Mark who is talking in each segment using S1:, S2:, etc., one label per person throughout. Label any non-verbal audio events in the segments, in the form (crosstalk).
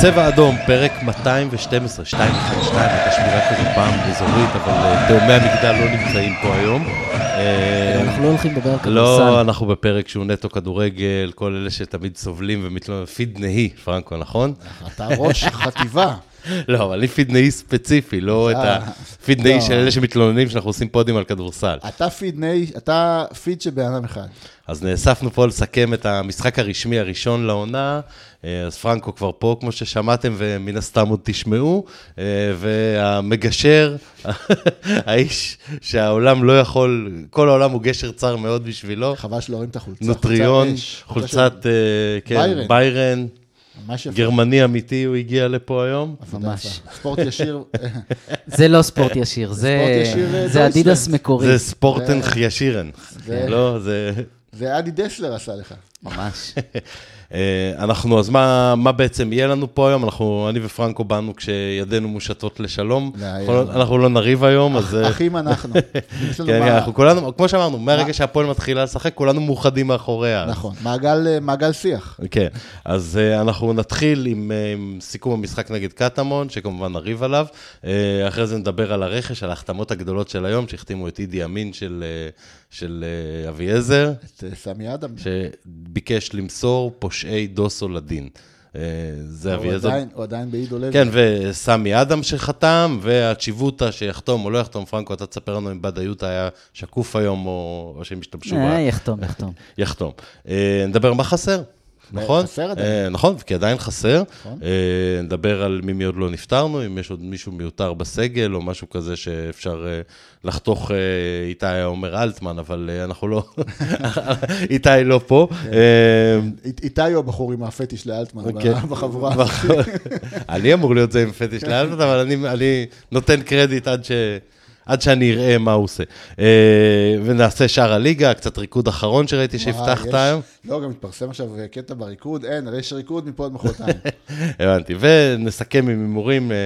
S1: צבע אדום, פרק 212, 212, הייתה שמירה כזו פעם אזורית, אבל אה, תאומי המגדל לא נמצאים פה היום. אה,
S2: אנחנו לא הולכים לדבר על
S1: לא,
S2: כדורסל.
S1: אנחנו בפרק שהוא נטו כדורגל, כל אלה שתמיד סובלים ומתלוננים, פידנאי, פרנקו,
S3: (laughs)
S1: נכון?
S3: אתה ראש החטיבה.
S1: לא, אבל אני פידנאי ספציפי, לא את
S3: אה,
S1: הפידנאי
S3: לא.
S1: של אלה שמתלוננים שאנחנו עושים פודים על כדורסל.
S3: אתה פיד ני, אתה פיד של בן אדם אחד.
S1: אז נאספנו פה לסכם את המשחק הרשמי הראשון לעונה, אה, אז פרנקו כבר פה, כמו ששמעתם, ומן הסתם עוד תשמעו, אה, והמגשר, (laughs) האיש שהעולם לא יכול, כל העולם הוא גשר צר מאוד בשבילו,
S3: חבל שלא רואים את החולצה.
S1: נוטריון,
S3: חולצת אש.
S1: חולצת, אה, כן,
S3: ביירן.
S1: ביירן,
S3: ממש יפה.
S1: גרמני אמיתי, הוא הגיע לפה היום.
S3: עבודה
S2: ממש.
S3: יפה. ספורט
S1: (laughs)
S3: ישיר,
S2: זה לא ספורט ישיר, זה
S3: ספורט ישיר, אה,
S2: זה
S3: דויטשלנד.
S2: אדידס מקורי.
S1: זה ספורטנך ישירן,
S3: זה-
S1: לא, זה...
S3: זה אדי דסלר עשה לך.
S2: ממש.
S1: אה, אנחנו, אז מה, מה בעצם יהיה לנו פה היום? אנחנו, אני ופרנקו באנו כשידינו מושטות לשלום.
S3: לא,
S1: אנחנו,
S3: יאללה.
S1: לא- אנחנו לא נריב היום, אז... אה,
S3: אחים אנחנו. יש לנו
S1: כן,
S3: מה-
S1: אנחנו כולנו, כמו שאמרנו, מהרגע שהפועל מתחילה לשחק, כולנו מאוחדים מאחוריה. אז-
S3: נכון, מעגל, אה, מעגל שיח.
S1: כן, אז אה, אנחנו נתחיל עם, אה, עם סיכום המשחק נגד קטמון, שכמובן נריב עליו. אה, אחרי זה נדבר על הרכש, על ההחתמות הגדולות של היום, שהחתימו את אידי אמין של, אה, של אה, אביעזר.
S3: את אה, סמי אדם.
S1: שביקש למסור פושעי דוסו לדין. אה, זה
S3: הוא
S1: אביעזר.
S3: עדיין- הוא עדיין בעידו לוי.
S1: כן, וסמי אדם שחתם, והצ'יבוטה שיחתום או לא יחתום, פרנקו, אתה תספר לנו אם בד היוטה היה שקוף היום או, או שהם השתמשו
S2: אה,
S1: בה.
S2: יחתום, יחתום.
S1: יחתום. אה, נדבר מה חסר, נכון?
S3: חסר עדיין.
S1: אה, נכון, כי עדיין חסר.
S3: נכון.
S1: אה, נדבר על ממי עוד לא נפטרנו, אם יש עוד מישהו מיותר בסגל או משהו כזה שאפשר אה, לחתוך, אה, איתי היה אומר אלטמן, אבל אה, אנחנו לא... (laughs) איתי לא פה. אה,
S3: אית- איתי הוא הבחור עם הפטיש לאלטמן
S1: אוקיי.
S3: ב- (laughs) בחבורה.
S1: (laughs) אני אמור להיות זה עם פטיש
S3: כן.
S1: לאלטמן, אבל אני, אני נותן קרדיט עד, ש, עד שאני אראה מה הוא עושה. אה, ונעשה שער הליגה, קצת ריקוד אחרון שראיתי שהבטחת
S3: וואי, יש-
S1: היום. (laughs)
S3: לא, גם התפרסם עכשיו אה, קטע בריקוד, אין, הרי יש ריקוד מפה עד
S1: (laughs)
S3: מחרתיים.
S1: הבנתי. ונסכם עם הימורים אה,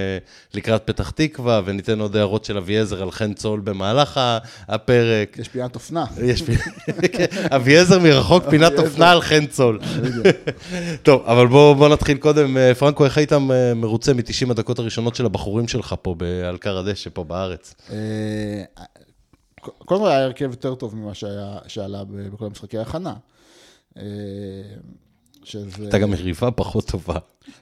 S1: לקראת פתח תקווה, וניתן עוד הערות של אביעזר על חן צול במהלך ה- הפרק.
S3: יש פינת אופנה.
S1: יש פי... (laughs) כן, אביעזר מרחוק, פינת אופנה על חן צול. (laughs) טוב, אבל בואו בוא נתחיל קודם. אה, פרנקו, איך היית אה, מרוצה מ-90 הדקות הראשונות של הבחורים שלך פה, ב- על כר הדשא, פה בארץ?
S3: אה, קודם כל היה הרכב יותר טוב ממה שהיה, שעלה ב- בכל המשחקי ההכנה. אה, שזה...
S1: הייתה גם מריבה פחות טובה.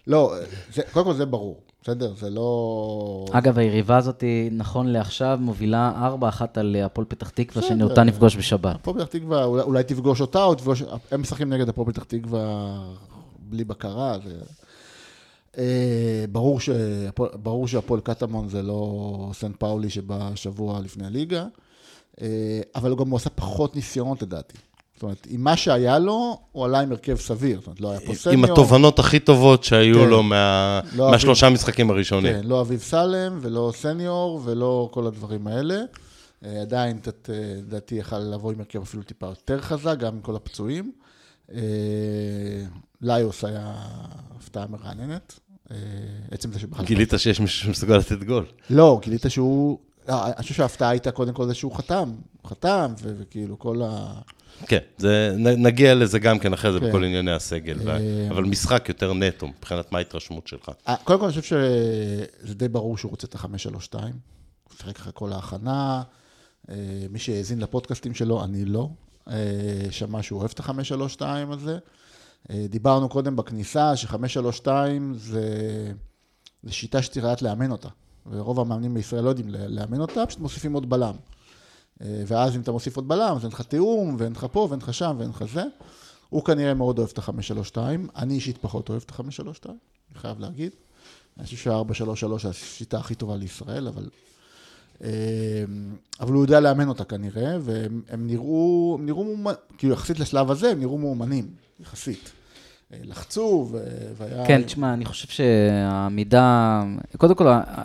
S3: לא, זה, קודם כל זה ברור, בסדר? זה לא...
S2: אגב, היריבה הזאת, היא, נכון לעכשיו, מובילה 4-1 על אה, הפועל פתח תקווה, שאותה נפגוש בשבת.
S3: הפועל פתח תקווה, אולי, אולי תפגוש אותה, או תפגוש... הם משחקים נגד הפועל פתח תקווה בלי בקרה. זה... אה, ברור, שהפועל, ברור שהפועל קטמון זה לא סן פאולי שבא שבוע לפני הליגה, אה, אבל הוא גם עשה פחות ניסיונות לדעתי. זאת אומרת, עם מה שהיה לו, הוא עלה עם הרכב סביר. זאת אומרת, לא היה פה סניור.
S1: עם התובנות הכי טובות שהיו
S3: כן.
S1: לו מה-
S3: לא אביב.
S1: מהשלושה המשחקים הראשונים.
S3: כן, לא אביב סלם ולא סניור ולא כל הדברים האלה. אה, עדיין, תת- אה, לדעתי, יכל לבוא עם הרכב אפילו טיפה יותר חזק, גם עם כל הפצועים. אה, ליוס היה הפתעה מרעננת. אה, עצם זה שבכלל...
S1: גילית שיש מישהו שמסוגל לתת גול.
S3: לא, גילית שהוא... לא, אני חושב שההפתעה הייתה קודם כל זה שהוא חתם. הוא חתם, ו- וכאילו כל ה...
S1: כן, זה, נ, נגיע לזה גם כן אחרי זה
S3: כן.
S1: בכל ענייני הסגל, ו-
S3: אה,
S1: אבל משחק יותר נטו, מבחינת מה ההתרשמות שלך.
S3: אה, קודם כל, אני חושב שזה די ברור שהוא רוצה את ה-532. הוא שיחק אחרי כל ההכנה. אה, מי שהאזין לפודקאסטים שלו, אני לא. אה, שמע שהוא אוהב את ה-532 הזה. אה, דיברנו קודם בכניסה ש-532 זה, זה שיטה שצריך לדעת לאמן אותה. ורוב המאמנים בישראל לא יודעים ל- לאמן אותה, פשוט מוסיפים עוד בלם. אה, ואז אם אתה מוסיף עוד בלם, אז אין לך תיאום, ואין לך פה, ואין לך שם, ואין לך זה. הוא כנראה מאוד אוהב את ה-532, אני אישית פחות אוהב את ה-532, אני חייב להגיד. אני חושב שה-433 זה השיטה הכי טובה לישראל, אבל... אמ, אבל הוא יודע לאמן אותה כנראה, והם הם נראו, הם נראו מאומנים, כאילו יחסית לשלב הזה, הם נראו מאומנים, יחסית. אה, לחצו, ו- והיה...
S2: כן, תשמע, אני חושב שהעמידה... קודם כל, ה- ה-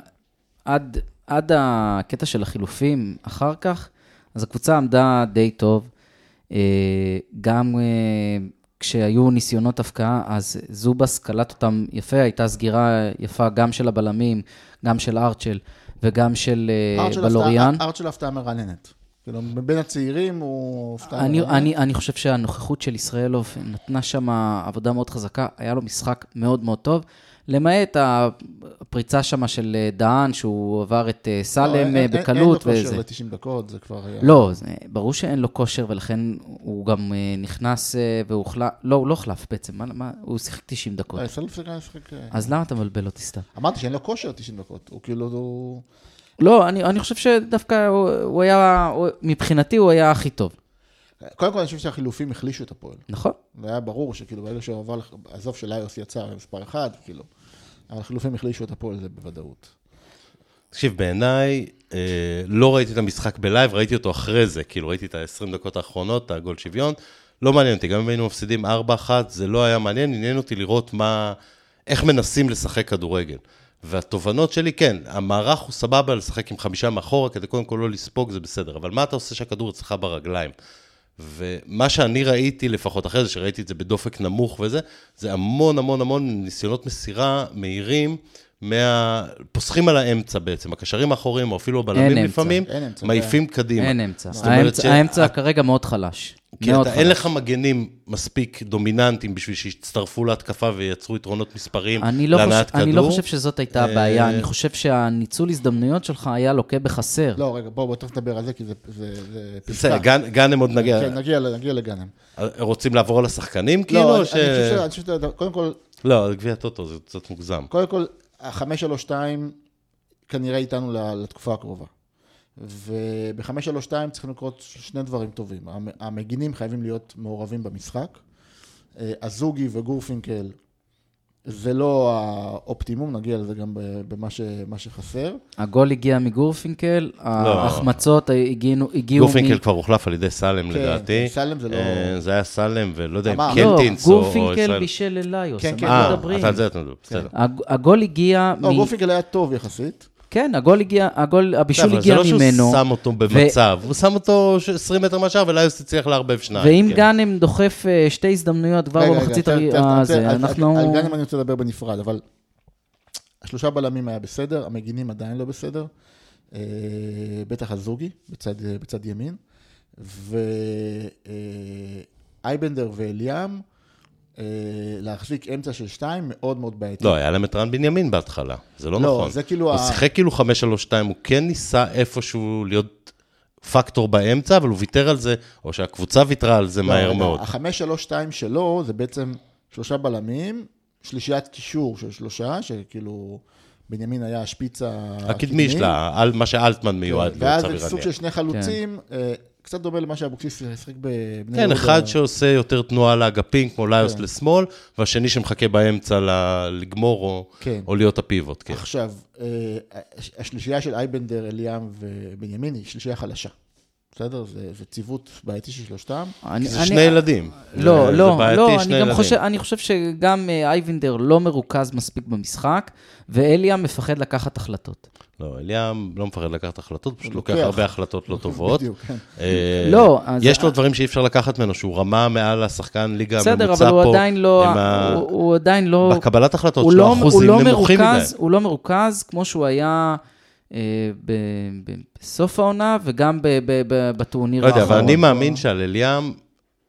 S2: עד, עד הקטע של החילופים אחר כך, אז הקבוצה עמדה די טוב. אה, גם אה, כשהיו ניסיונות הפקעה, אז זובס קלט אותם יפה, הייתה סגירה יפה גם של הבלמים, גם של ארצ'ל וגם של אה,
S3: ארצ'ל הפתעה-
S2: בלוריאן.
S3: ארצ'ל הפתעה מרעננת. כאילו, מבין הצעירים הוא... הופתע
S2: אני,
S3: לרעה.
S2: אני, אני חושב שהנוכחות של ישראלוב נתנה שם עבודה מאוד חזקה, היה לו משחק מאוד מאוד טוב, למעט הפריצה שם של אה, דהן, שהוא עבר את אה,
S3: לא,
S2: סלם
S3: אין-
S2: אה,
S3: אין-
S2: בקלות
S3: אין לו כושר
S2: וזה.
S3: ל-90 דקות, זה כבר... היה-
S2: לא, זה- ברור שאין לו כושר, ולכן הוא גם אה, נכנס אה, והוחלף, לא, הוא לא הוחלף בעצם, מה- מה- הוא שיחק 90 דקות.
S3: לא,
S1: אה,
S3: ישראל הפסיקה לשחק... אה,
S2: אז למה אתה מבלבל אותי סתם?
S3: אמרתי שאין לו כושר 90 דקות, הוא כאילו... הוא-
S2: לא, אני, אני חושב שדווקא הוא, הוא היה, הוא, מבחינתי הוא היה הכי טוב,
S3: קודם כל, אני חושב שהחילופים החלישו את הפועל.
S2: נכון?
S3: זה היה ברור שכאילו ברגע שהוא עבר, לח- עזוב שליוס יצא מספר אחד, כאילו, אבל החילופים החלישו את הפועל, זה בוודאות.
S1: תקשיב, בעיניי, אה, לא ראיתי את המשחק בלייב, ראיתי אותו אחרי זה, כאילו ראיתי את ה-20 דקות האחרונות, את הגול שוויון, לא מעניין אותי, גם אם היינו מפסידים 4-1, זה לא היה מעניין, עניין אותי לראות מה, איך מנסים לשחק כדורגל. והתובנות שלי, כן, המערך הוא סבבה לשחק עם חמישה מאחורה, כדי קודם כל לא לספוג, זה בסדר, אבל מה אתה עושה שהכדור אצלך ברגליים? ומה שאני ראיתי, לפחות אחרי זה, שראיתי את זה בדופק נמוך וזה, זה המון המון המון ניסיונות מסירה מהירים, מה... פוסחים על האמצע בעצם, הקשרים האחוריים, או אפילו הבלמים
S2: אמצע,
S1: לפעמים,
S3: אין אמצע,
S1: מעיפים קדימה.
S2: אין אמצע.
S1: זאת אומרת
S2: האמצע,
S1: ש- אה,
S2: האמצע כרגע מאוד חלש.
S1: כי
S2: מאוד
S1: אתה, אין לך מגנים מספיק דומיננטיים בשביל שיצטרפו להתקפה וייצרו יתרונות מספריים
S2: אני לא, חושב,
S1: כאילו, להנעת כדור.
S2: אני לא חושב שזאת הייתה
S1: אה,
S2: הבעיה, אני חושב שהניצול הזדמנויות שלך היה לוקה בחסר.
S3: לא, רגע, בואו, בואו תכף נדבר על זה, כי זה- זה זה
S1: בסדר, גן- גאנם עוד נגיע.
S3: כן, נגיע ל- נגיע לגאנם.
S1: רוצים לעבור על השחקנים כאילו?
S3: לא,
S1: או
S3: אני-
S1: ש...
S3: אני חושב ש... אני חושב שזה- קודם כל,
S1: לא, זה גביע טוטו, זה קצת מוגזם.
S3: קודם כל, ה-532 כנראה איתנו ל- לתקופה הקרובה. וב-532 צריכים לקרות שני דברים טובים. המ- המגינים חייבים להיות מעורבים במשחק. אה, אזוגי וגורפינקל זה לא האופטימום, נגיע לזה גם ב- במה ש- מה שחסר.
S2: הגול הגיע מגורפינקל, ההחמצות הגיעו, הגיעו
S1: לא. גורפינקל כבר הוחלף על ידי סלם
S3: כן,
S1: לדעתי.
S3: סלם זה לא-
S1: אה, זה היה סלם, ולא יודע אם
S3: אמר.
S2: לא,
S1: קלטינס כן, או- או
S2: גורפינקל
S1: ישראל.
S2: בישל אליוס,
S3: כן, כן,
S2: אנחנו
S1: אה,
S2: מדברים.
S1: אתה על זה אתה מדבר, בסדר.
S2: הג- הגול הגיע
S3: לא,
S2: מ...
S3: גורפינקל היה טוב יחסית.
S2: כן, הגול הגיע, הגול, הבישול
S1: אבל
S2: הגיע
S1: זה לא
S2: ממנו.
S1: שהוא שם אותו במצב, הוא שם אותו ש- 20 מטר מהשאר, ולאיוס הצליח לערבב שניים.
S2: ואם
S1: כן.
S2: גאנם דוחף אה, שתי הזדמנויות כבר
S3: רגע, רגע,
S2: במחצית
S3: תכף, תכף,
S2: הראשונה,
S3: תכף, על-
S2: אה, אנחנו...
S3: על גאנם אני רוצה לדבר בנפרד, אבל שלושה בלמים היה בסדר, המגינים עדיין לא בסדר, אה, בטח הזוגי, בצד, בצד ימין, ואייבנדר ואליאם, אה, להחזיק אמצע של שתיים, מאוד מאוד בעייתי.
S1: לא, היה להם את רן בנימין בהתחלה, זה לא
S3: לא,
S1: נכון.
S3: זה כאילו
S1: הוא
S3: ה-
S1: שיחק כאילו 5-3-2, הוא כן ניסה איפשהו להיות פקטור באמצע, אבל הוא ויתר על זה, או שהקבוצה ויתרה על זה מהר מאוד.
S3: לא, החמש, שלוש, שתיים שלו, זה בעצם שלושה בלמים, שלישיית קישור של שלושה, שכאילו... בנימין היה השפיץ
S1: הקדמי שלה, על מה שאלטמן מיועד להיות,
S3: כן, ואז
S1: סביר
S3: זה סוג של
S1: להניח.
S3: שני חלוצים, אה, קצת דומה למה שאבוקסיס שיחק בבני
S1: כן,
S2: לא
S3: יהודה.
S1: אחד שעושה יותר תנועה לאגפים,
S2: כן.
S1: כמו ליוס לשמאל, והשני שמחכה באמצע ל- לגמור או-
S3: כן.
S1: או להיות הפיבוט, כן.
S3: עכשיו, אה, הש- השלישייה של אייבנדר, אליאם ובנימין היא שלישייה חלשה. בסדר? זה זה ציוות בעייתי של שלושתם.
S2: אני-
S1: זה
S2: אני-
S1: שני ילדים.
S2: לא,
S1: זה-
S2: לא,
S1: זה בעייתי,
S2: לא,
S1: שני
S2: אני גם
S1: ילדים.
S2: חושב, אני חושב שגם אה, אייבינדר לא מרוכז מספיק במשחק, ואליה מפחד לקחת החלטות.
S1: לא, אליאם לא מפחד לקחת החלטות, פשוט
S3: הוא
S1: לוקח
S3: לוקח.
S1: הרבה החלטות לא טובות.
S3: בדיוק, כן.
S1: אה,
S2: לא, אז-
S1: יש לו דברים שאי אפשר לקחת ממנו, שהוא רמה מעל השחקן ליגה הממוצע פה.
S2: בסדר, אבל הוא עדיין לא,
S1: עם ה-
S2: הוא- הוא עדיין לא...
S1: בקבלת החלטות
S2: הוא
S1: שלו,
S2: לא-
S1: האחוזים
S2: הוא לא
S1: נמוכים מדי.
S2: מרוכז- הוא לא מרוכז כמו שהוא היה אה, ב- ב- בסוף העונה, וגם ב- ב- ב- בטורניר
S1: לא יודע, אבל
S2: האחרון.
S1: אני מאמין שעל אליאם,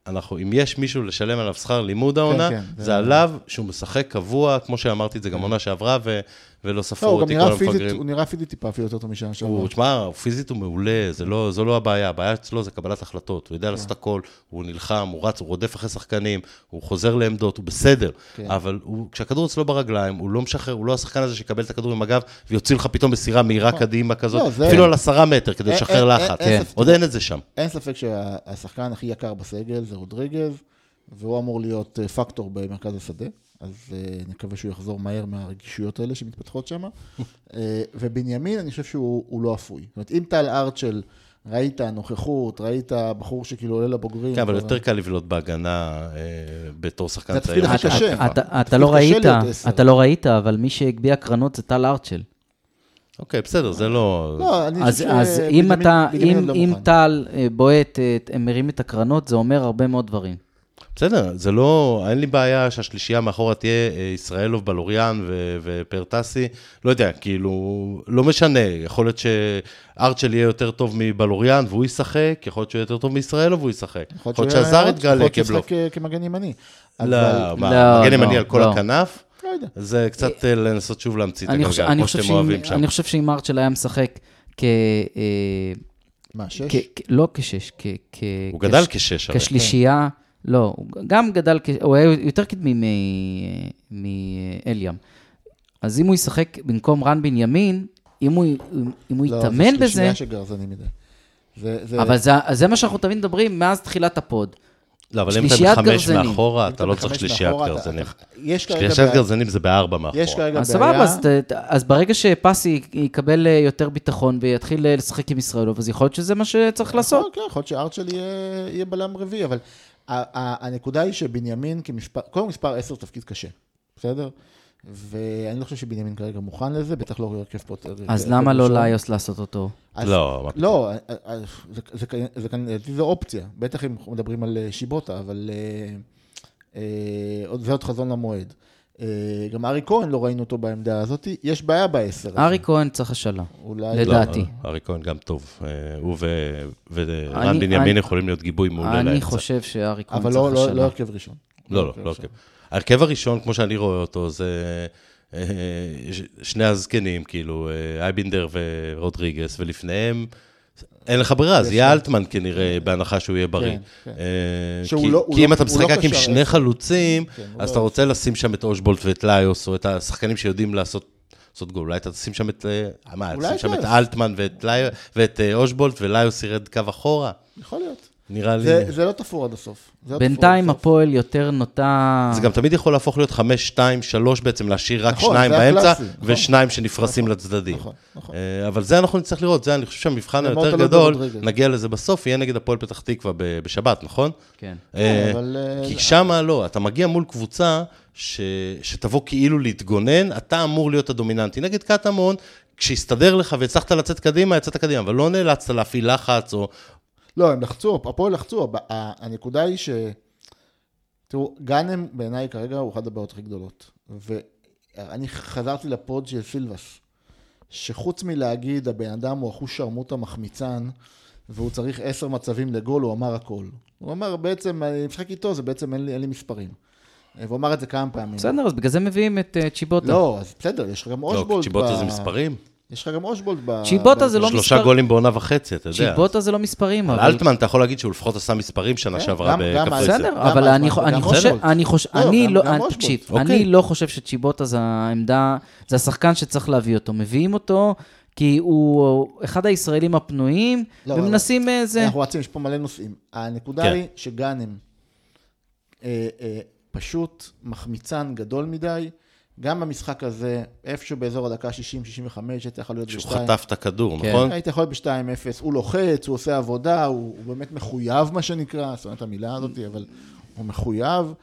S1: אנחנו, אם יש מישהו לשלם עליו שכר לימוד העונה,
S3: כן, זה- כן.
S1: זה עליו שהוא משחק קבוע, כמו שאמרתי את זה גם עונה שעברה, ו- ולא
S3: לא,
S1: ספרו
S3: הוא גם
S1: אותי כל
S3: נראה פיזית, הוא
S1: המפגרים.
S3: נראה פיזית טיפה אפילו יותר טוב משנה שעברה.
S1: הוא, תשמע, פיזית הוא מעולה, זה לא, זו לא הבעיה, הבעיה אצלו זה קבלת החלטות,
S3: כן.
S1: הוא יודע לעשות הכל, הוא נלחם, הוא רץ, הוא רודף אחרי שחקנים, הוא חוזר לעמדות, הוא בסדר,
S3: כן.
S1: אבל הוא, כשהכדור אצלו ברגליים, הוא לא משחרר, הוא לא השחקן הזה שיקבל את הכדור עם הגב ויוציא לך פתאום מסירה מהירה קדימה
S3: לא,
S1: כזאת,
S3: זה-
S1: אפילו על עשרה מטר כדי
S3: אה,
S1: לשחרר
S3: אה, אה,
S1: לחץ,
S3: אה,
S1: עוד אין את זה שם.
S3: אין ספק שהשחקן הכי יקר בסגל זה רודריגז, והוא אמור להיות אה, פקטור במרכז השדה, אז אה, נקווה שהוא יחזור מהר מהרגישויות האלה
S1: (laughs)
S3: שמתפתחות שם. אה, ובנימין, אני חושב שהוא הוא לא אפוי. זאת אומרת, אם טל ארצ'ל, ראית נוכחות, ראית בחור שכאילו עולה לבוגרים.
S1: כן, אבל
S3: כבר-
S1: יותר קל לבלוט בהגנה אה, בתור שחקן
S3: זה
S1: צעיר.
S3: התפקיד
S1: מאשר
S3: הכי
S2: אתה-
S1: התקפה.
S3: קשה.
S2: אתה- אתה
S3: תפקיד
S2: לא
S3: קשה
S2: ראית,
S3: להיות עשר.
S2: אתה לא ראית, אבל מי שהגביה קרנות זה טל ארצ'ל.
S1: אוקיי, בסדר, זה לא...
S3: לא, אני
S2: אז,
S3: חושב
S2: אז אם
S3: שבנימין-
S2: אתה,
S3: בנימין עוד
S2: אם,
S3: לא
S2: אם
S3: מוכן.
S2: טל אה, בועט, אה, מרים את הקרנות, זה אומר הרבה מאוד דברים.
S1: בסדר, זה לא, אין לי בעיה שהשלישייה מאחורה תהיה אה, ישראלוב, בלוריאן ו- ופרטסי, לא יודע, כאילו, לא משנה, יכול להיות שארצ'ל יהיה יותר טוב מבלוריאן והוא ישחק, יכול להיות שהוא יהיה יותר טוב מישראלוב והוא ישחק. יכול להיות
S3: שהוא
S1: שהזר
S3: היה- יכול
S1: יתגלה
S3: להיות שהוא
S1: כבלוף.
S3: ישחק, אה, כמגן ימני.
S1: לא,
S3: אבל-
S1: מה,
S2: לא,
S1: מגן
S2: לא,
S1: ימני על כל
S2: לא.
S1: הכנף?
S3: לא יודע.
S1: זה קצת אה, לנסות שוב להמציא את
S2: אני חושב-
S1: הגלגל,
S2: אני
S1: כמו
S2: חושב
S1: שאתם
S2: שאם-
S1: אוהבים שם.
S2: אני חושב שאם ארצ'ל היה משחק כ... אה,
S3: מה, שש?
S2: כ- כ- לא כשש, כ... כ-
S1: הוא
S2: כש-
S1: גדל כשש, הרי.
S2: כשלישייה, לא, הוא גם גדל, כ- הוא היה יותר קדמי מ- מאליאם. אז אם הוא ישחק במקום רן בנימין, אם הוא, אם הוא
S3: לא, זה
S2: יתאמן בזה,
S3: שלישייה שגרזנים מדי. זה, זה,
S2: אבל זה, אז זה מה שאנחנו תמיד מדברים מאז תחילת הפוד.
S1: לא, אבל אם אתה
S2: שלישיית
S1: חמש
S2: גרזנים.
S1: מאחורה,
S3: אם
S1: אתה לא צריך
S3: בחמש
S1: שלישיית
S3: מאחורה, אתה-
S1: גרזנים.
S3: אתה- יש כרגע
S1: שלישיית
S3: בעיה-
S1: גרזנים זה בארבע מאחורה.
S3: יש כרגע
S2: אז
S3: בעיה.
S2: אה, סבבה, אז, ת- ת- אז ברגע שפסי יקבל אה, יותר ביטחון ויתחיל אה, לשחק עם ישראלוב, אז יכול להיות שזה מה שצריך לעשות.
S3: כן, יכול להיות שארצ'ל יהיה, יהיה בלם רביעי, אבל ה- ה- הנקודה היא שבנימין כמספר, קודם מספר 10 הוא תפקיד קשה, בסדר? ואני לא חושב שבנימין כרגע מוכן לזה, בטח לא הרכב פה.
S2: אז
S3: הרכב
S2: למה לא
S3: ראשון.
S2: לאיוס לעשות אותו?
S3: אז-
S1: לא, מה
S3: לא, אז זה- זה כנראה- זה כנראה- זו אופציה, בטח אם אנחנו מדברים על אה, שיבוטה, אבל אה, אה, עוד- זה עוד חזון למועד. אה, גם ארי כהן, לא ראינו אותו בעמדה הזאת, יש בעיה בעשר. הזה.
S2: ארי כהן צריך השאלה.
S3: אולי...
S2: לדעתי.
S1: לא, ארי כהן גם טוב. אה, הוא ו- ורן
S2: אני-
S1: בנימין
S2: אני-
S1: יכולים להיות גיבוי מעולה
S2: אני
S1: לאמצע.
S2: חושב שארי כהן
S3: אבל
S2: צריך
S3: לא- לא
S2: השאלה.
S3: לא הרכב ראשון.
S1: לא, לא, לא הרכב. ההרכב הראשון, כמו שאני רואה אותו, זה אה, ש- שני הזקנים, כאילו, אה, אייבינדר ורודריגס, ולפניהם, אין לך ברירה, אז יהיה אלטמן כנראה, בהנחה שהוא יהיה בריא.
S3: כן, כן.
S1: אה,
S3: שהוא
S1: כי-
S3: לא- הוא
S1: כי אם
S3: לא-
S1: אתה
S3: הוא
S1: משחק
S3: לא
S1: רק עם
S3: קשר
S1: שני
S3: עשר.
S1: חלוצים,
S3: כן, הוא
S1: אז
S3: לא-
S1: אתה רוצה לשים שם את אושבולט ואת ליוס, או את השחקנים שיודעים לעשות... לעשות גול, אולי אתה תשים שם את, אה, מה,
S3: אולי
S1: תשים
S3: את
S1: שם את
S3: ליוס.
S1: אלטמן ואת ליו- ואת אה, אושבולט, וליוס ירד קו אחורה,
S3: יכול להיות.
S1: נראה לי.
S3: זה- זה לא תפור עד הסוף. זה לא תפור
S2: בינתיים
S3: עד הסוף.
S2: הפועל יותר נוטה...
S3: אה.
S1: זה גם תמיד יכול להפוך להיות חמש, שתיים, שלוש בעצם, להשאיר רק
S3: נכון,
S1: שניים
S3: זה
S1: באמצע,
S3: הקלאסי, נכון.
S1: ושניים שנפרסים לצדדים.
S3: נכון, נכון. לא
S1: אה, אבל זה אנחנו נצטרך לראות, זה אני חושב שהמבחן
S3: זה מאוד
S1: היותר
S3: תלוי
S1: גדול,
S3: ברודריגז.
S1: נגיע לזה בסוף, יהיה נגד הפועל פתח תקווה ב- בשבת, נכון?
S2: כן.
S1: אה,
S3: אבל, אה,
S1: כי שמה לא, אתה מגיע מול קבוצה ש- שתבוא כאילו להתגונן, אתה אמור להיות הדומיננטי. נגד קטמון, כשהסתדר לך והצלחת לצאת קדימה, יצאת קדימה, אבל לא נאלצת להפעיל לחץ, או...
S3: לא, הם לחצו, הפועל לחצו, הב- ה- הנקודה היא ש... תראו, גאנם בעיניי כרגע הוא אחת הבעיות הכי גדולות. ואני חזרתי לפוד של סילבס, שחוץ מלהגיד, הבן אדם הוא אחוש שרמוטה מחמיצן, והוא צריך עשר מצבים לגול, הוא אמר הכל. הוא אמר בעצם, אני משחק איתו, זה בעצם אין לי, אין לי מספרים. אה, והוא אמר את זה כמה פעמים.
S2: בסדר, אז בגלל זה מביאים את אה, צ'יבוטה.
S3: לא, אז בסדר, יש לך גם
S1: לא,
S3: אושבולט.
S1: צ'יבוטה
S3: ב-
S1: זה מספרים.
S3: יש לך גם אושבולט ב...
S2: צ'יבוטה זה לא
S1: שלושה
S2: מספר-
S1: גולים בעונה וחצי, אתה יודע.
S2: צ'יבוטה זה לא מספרים,
S1: על
S2: אבל...
S1: אלטמן אתה יכול להגיד שהוא לפחות עשה מספרים שנה
S3: כן,
S1: שעברה
S3: גם- גם
S1: בקפריסין.
S3: גם
S2: בסדר, אבל אני
S3: אלטמן
S2: חו-
S3: וגם
S2: אני חושב,
S3: אושבולט.
S2: אני חושב,
S3: לא,
S2: אני
S3: גם-
S2: לא,
S3: גם
S2: אני-
S3: אושבולט.
S2: תקשיב,
S1: אוקיי.
S2: אני לא חושב שצ'יבוטה זה העמדה, זה השחקן שצריך להביא אותו. מביאים אותו כי הוא אחד הישראלים הפנויים,
S3: לא, לא, לא.
S2: ומנסים אה, איזה...
S3: אנחנו רצים, יש פה מלא נושאים. הנקודה
S1: כן.
S3: היא שגאנם אה, אה, פשוט מחמיצן גדול מדי. גם במשחק הזה, איפשהו באזור הדקה 60-65, היית יכול להיות
S1: שהוא
S3: בשתיים.
S1: חטף את הכדור,
S2: כן.
S1: נכון?
S3: היית יכול להיות ב-2-0, הוא לוחץ, הוא עושה עבודה, הוא, הוא באמת מחויב, מה שנקרא, שונא את המילה הזאת, אבל הוא מחויב,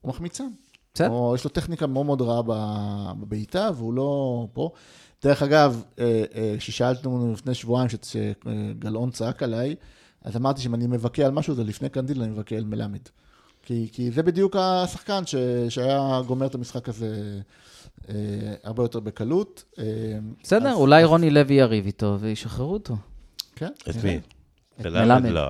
S3: הוא מחמיצן.
S2: בסדר.
S3: או יש לו טכניקה מאוד מאוד רעה ב- בבעיטה, והוא לא פה. דרך אגב, אה, אה, כששאלתנו לפני שבועיים, שגלאון צעק עליי, אז אמרתי שאם אני מבכה על משהו, זה לפני קנדיל, אני מבכה על מלמד. כי, כי זה בדיוק השחקן ש, שהיה גומר את המשחק הזה אה, הרבה יותר בקלות. אה,
S2: בסדר,
S3: אז-
S2: אולי רוני לוי יריב איתו וישחררו אותו.
S3: כן,
S1: את
S3: נראה.
S1: מי?
S2: מלמד. אה,
S1: לא.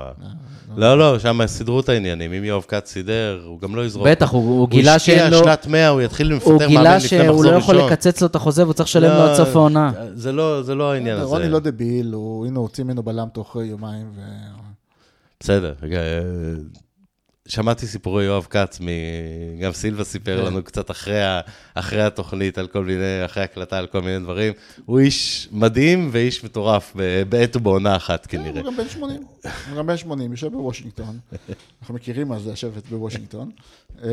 S1: לא, לא, שם סידרו את העניינים. אם יואב כץ סידר, הוא גם לא יזרוק.
S2: בטח, הוא- הוא גילה שאין לו...
S1: הוא השקיע שנת 100, הוא יתחיל
S2: הוא
S1: לפטר מאמן
S2: גילה
S1: לפני מחזור ראשון. לא,
S2: שהוא לא יכול לקצץ לו את החוזה והוא צריך לשלם לו עד סוף העונה.
S1: זה לא, זה לא העניין
S2: אה,
S3: בסדר,
S1: הזה.
S3: רוני לא דביל, הוא, הנה, הוציא ממנו בלם תוך אה, יומיים, ו...
S1: בסדר, רגע, אה, שמעתי סיפורי יואב כץ, מ- גם סילבה סיפר
S3: כן.
S1: לנו קצת אחרי, ה- אחרי התוכנית, על כל מיני, אחרי הקלטה, על כל מיני דברים. הוא איש מדהים ואיש מטורף, ב- בעת ובעונה אחת
S3: כן,
S1: כנראה.
S3: הוא גם בן 80, הוא גם בן 80, יושב
S1: (laughs)
S3: בוושינגטון. אנחנו מכירים מה זה לשבת בוושינגטון. אה,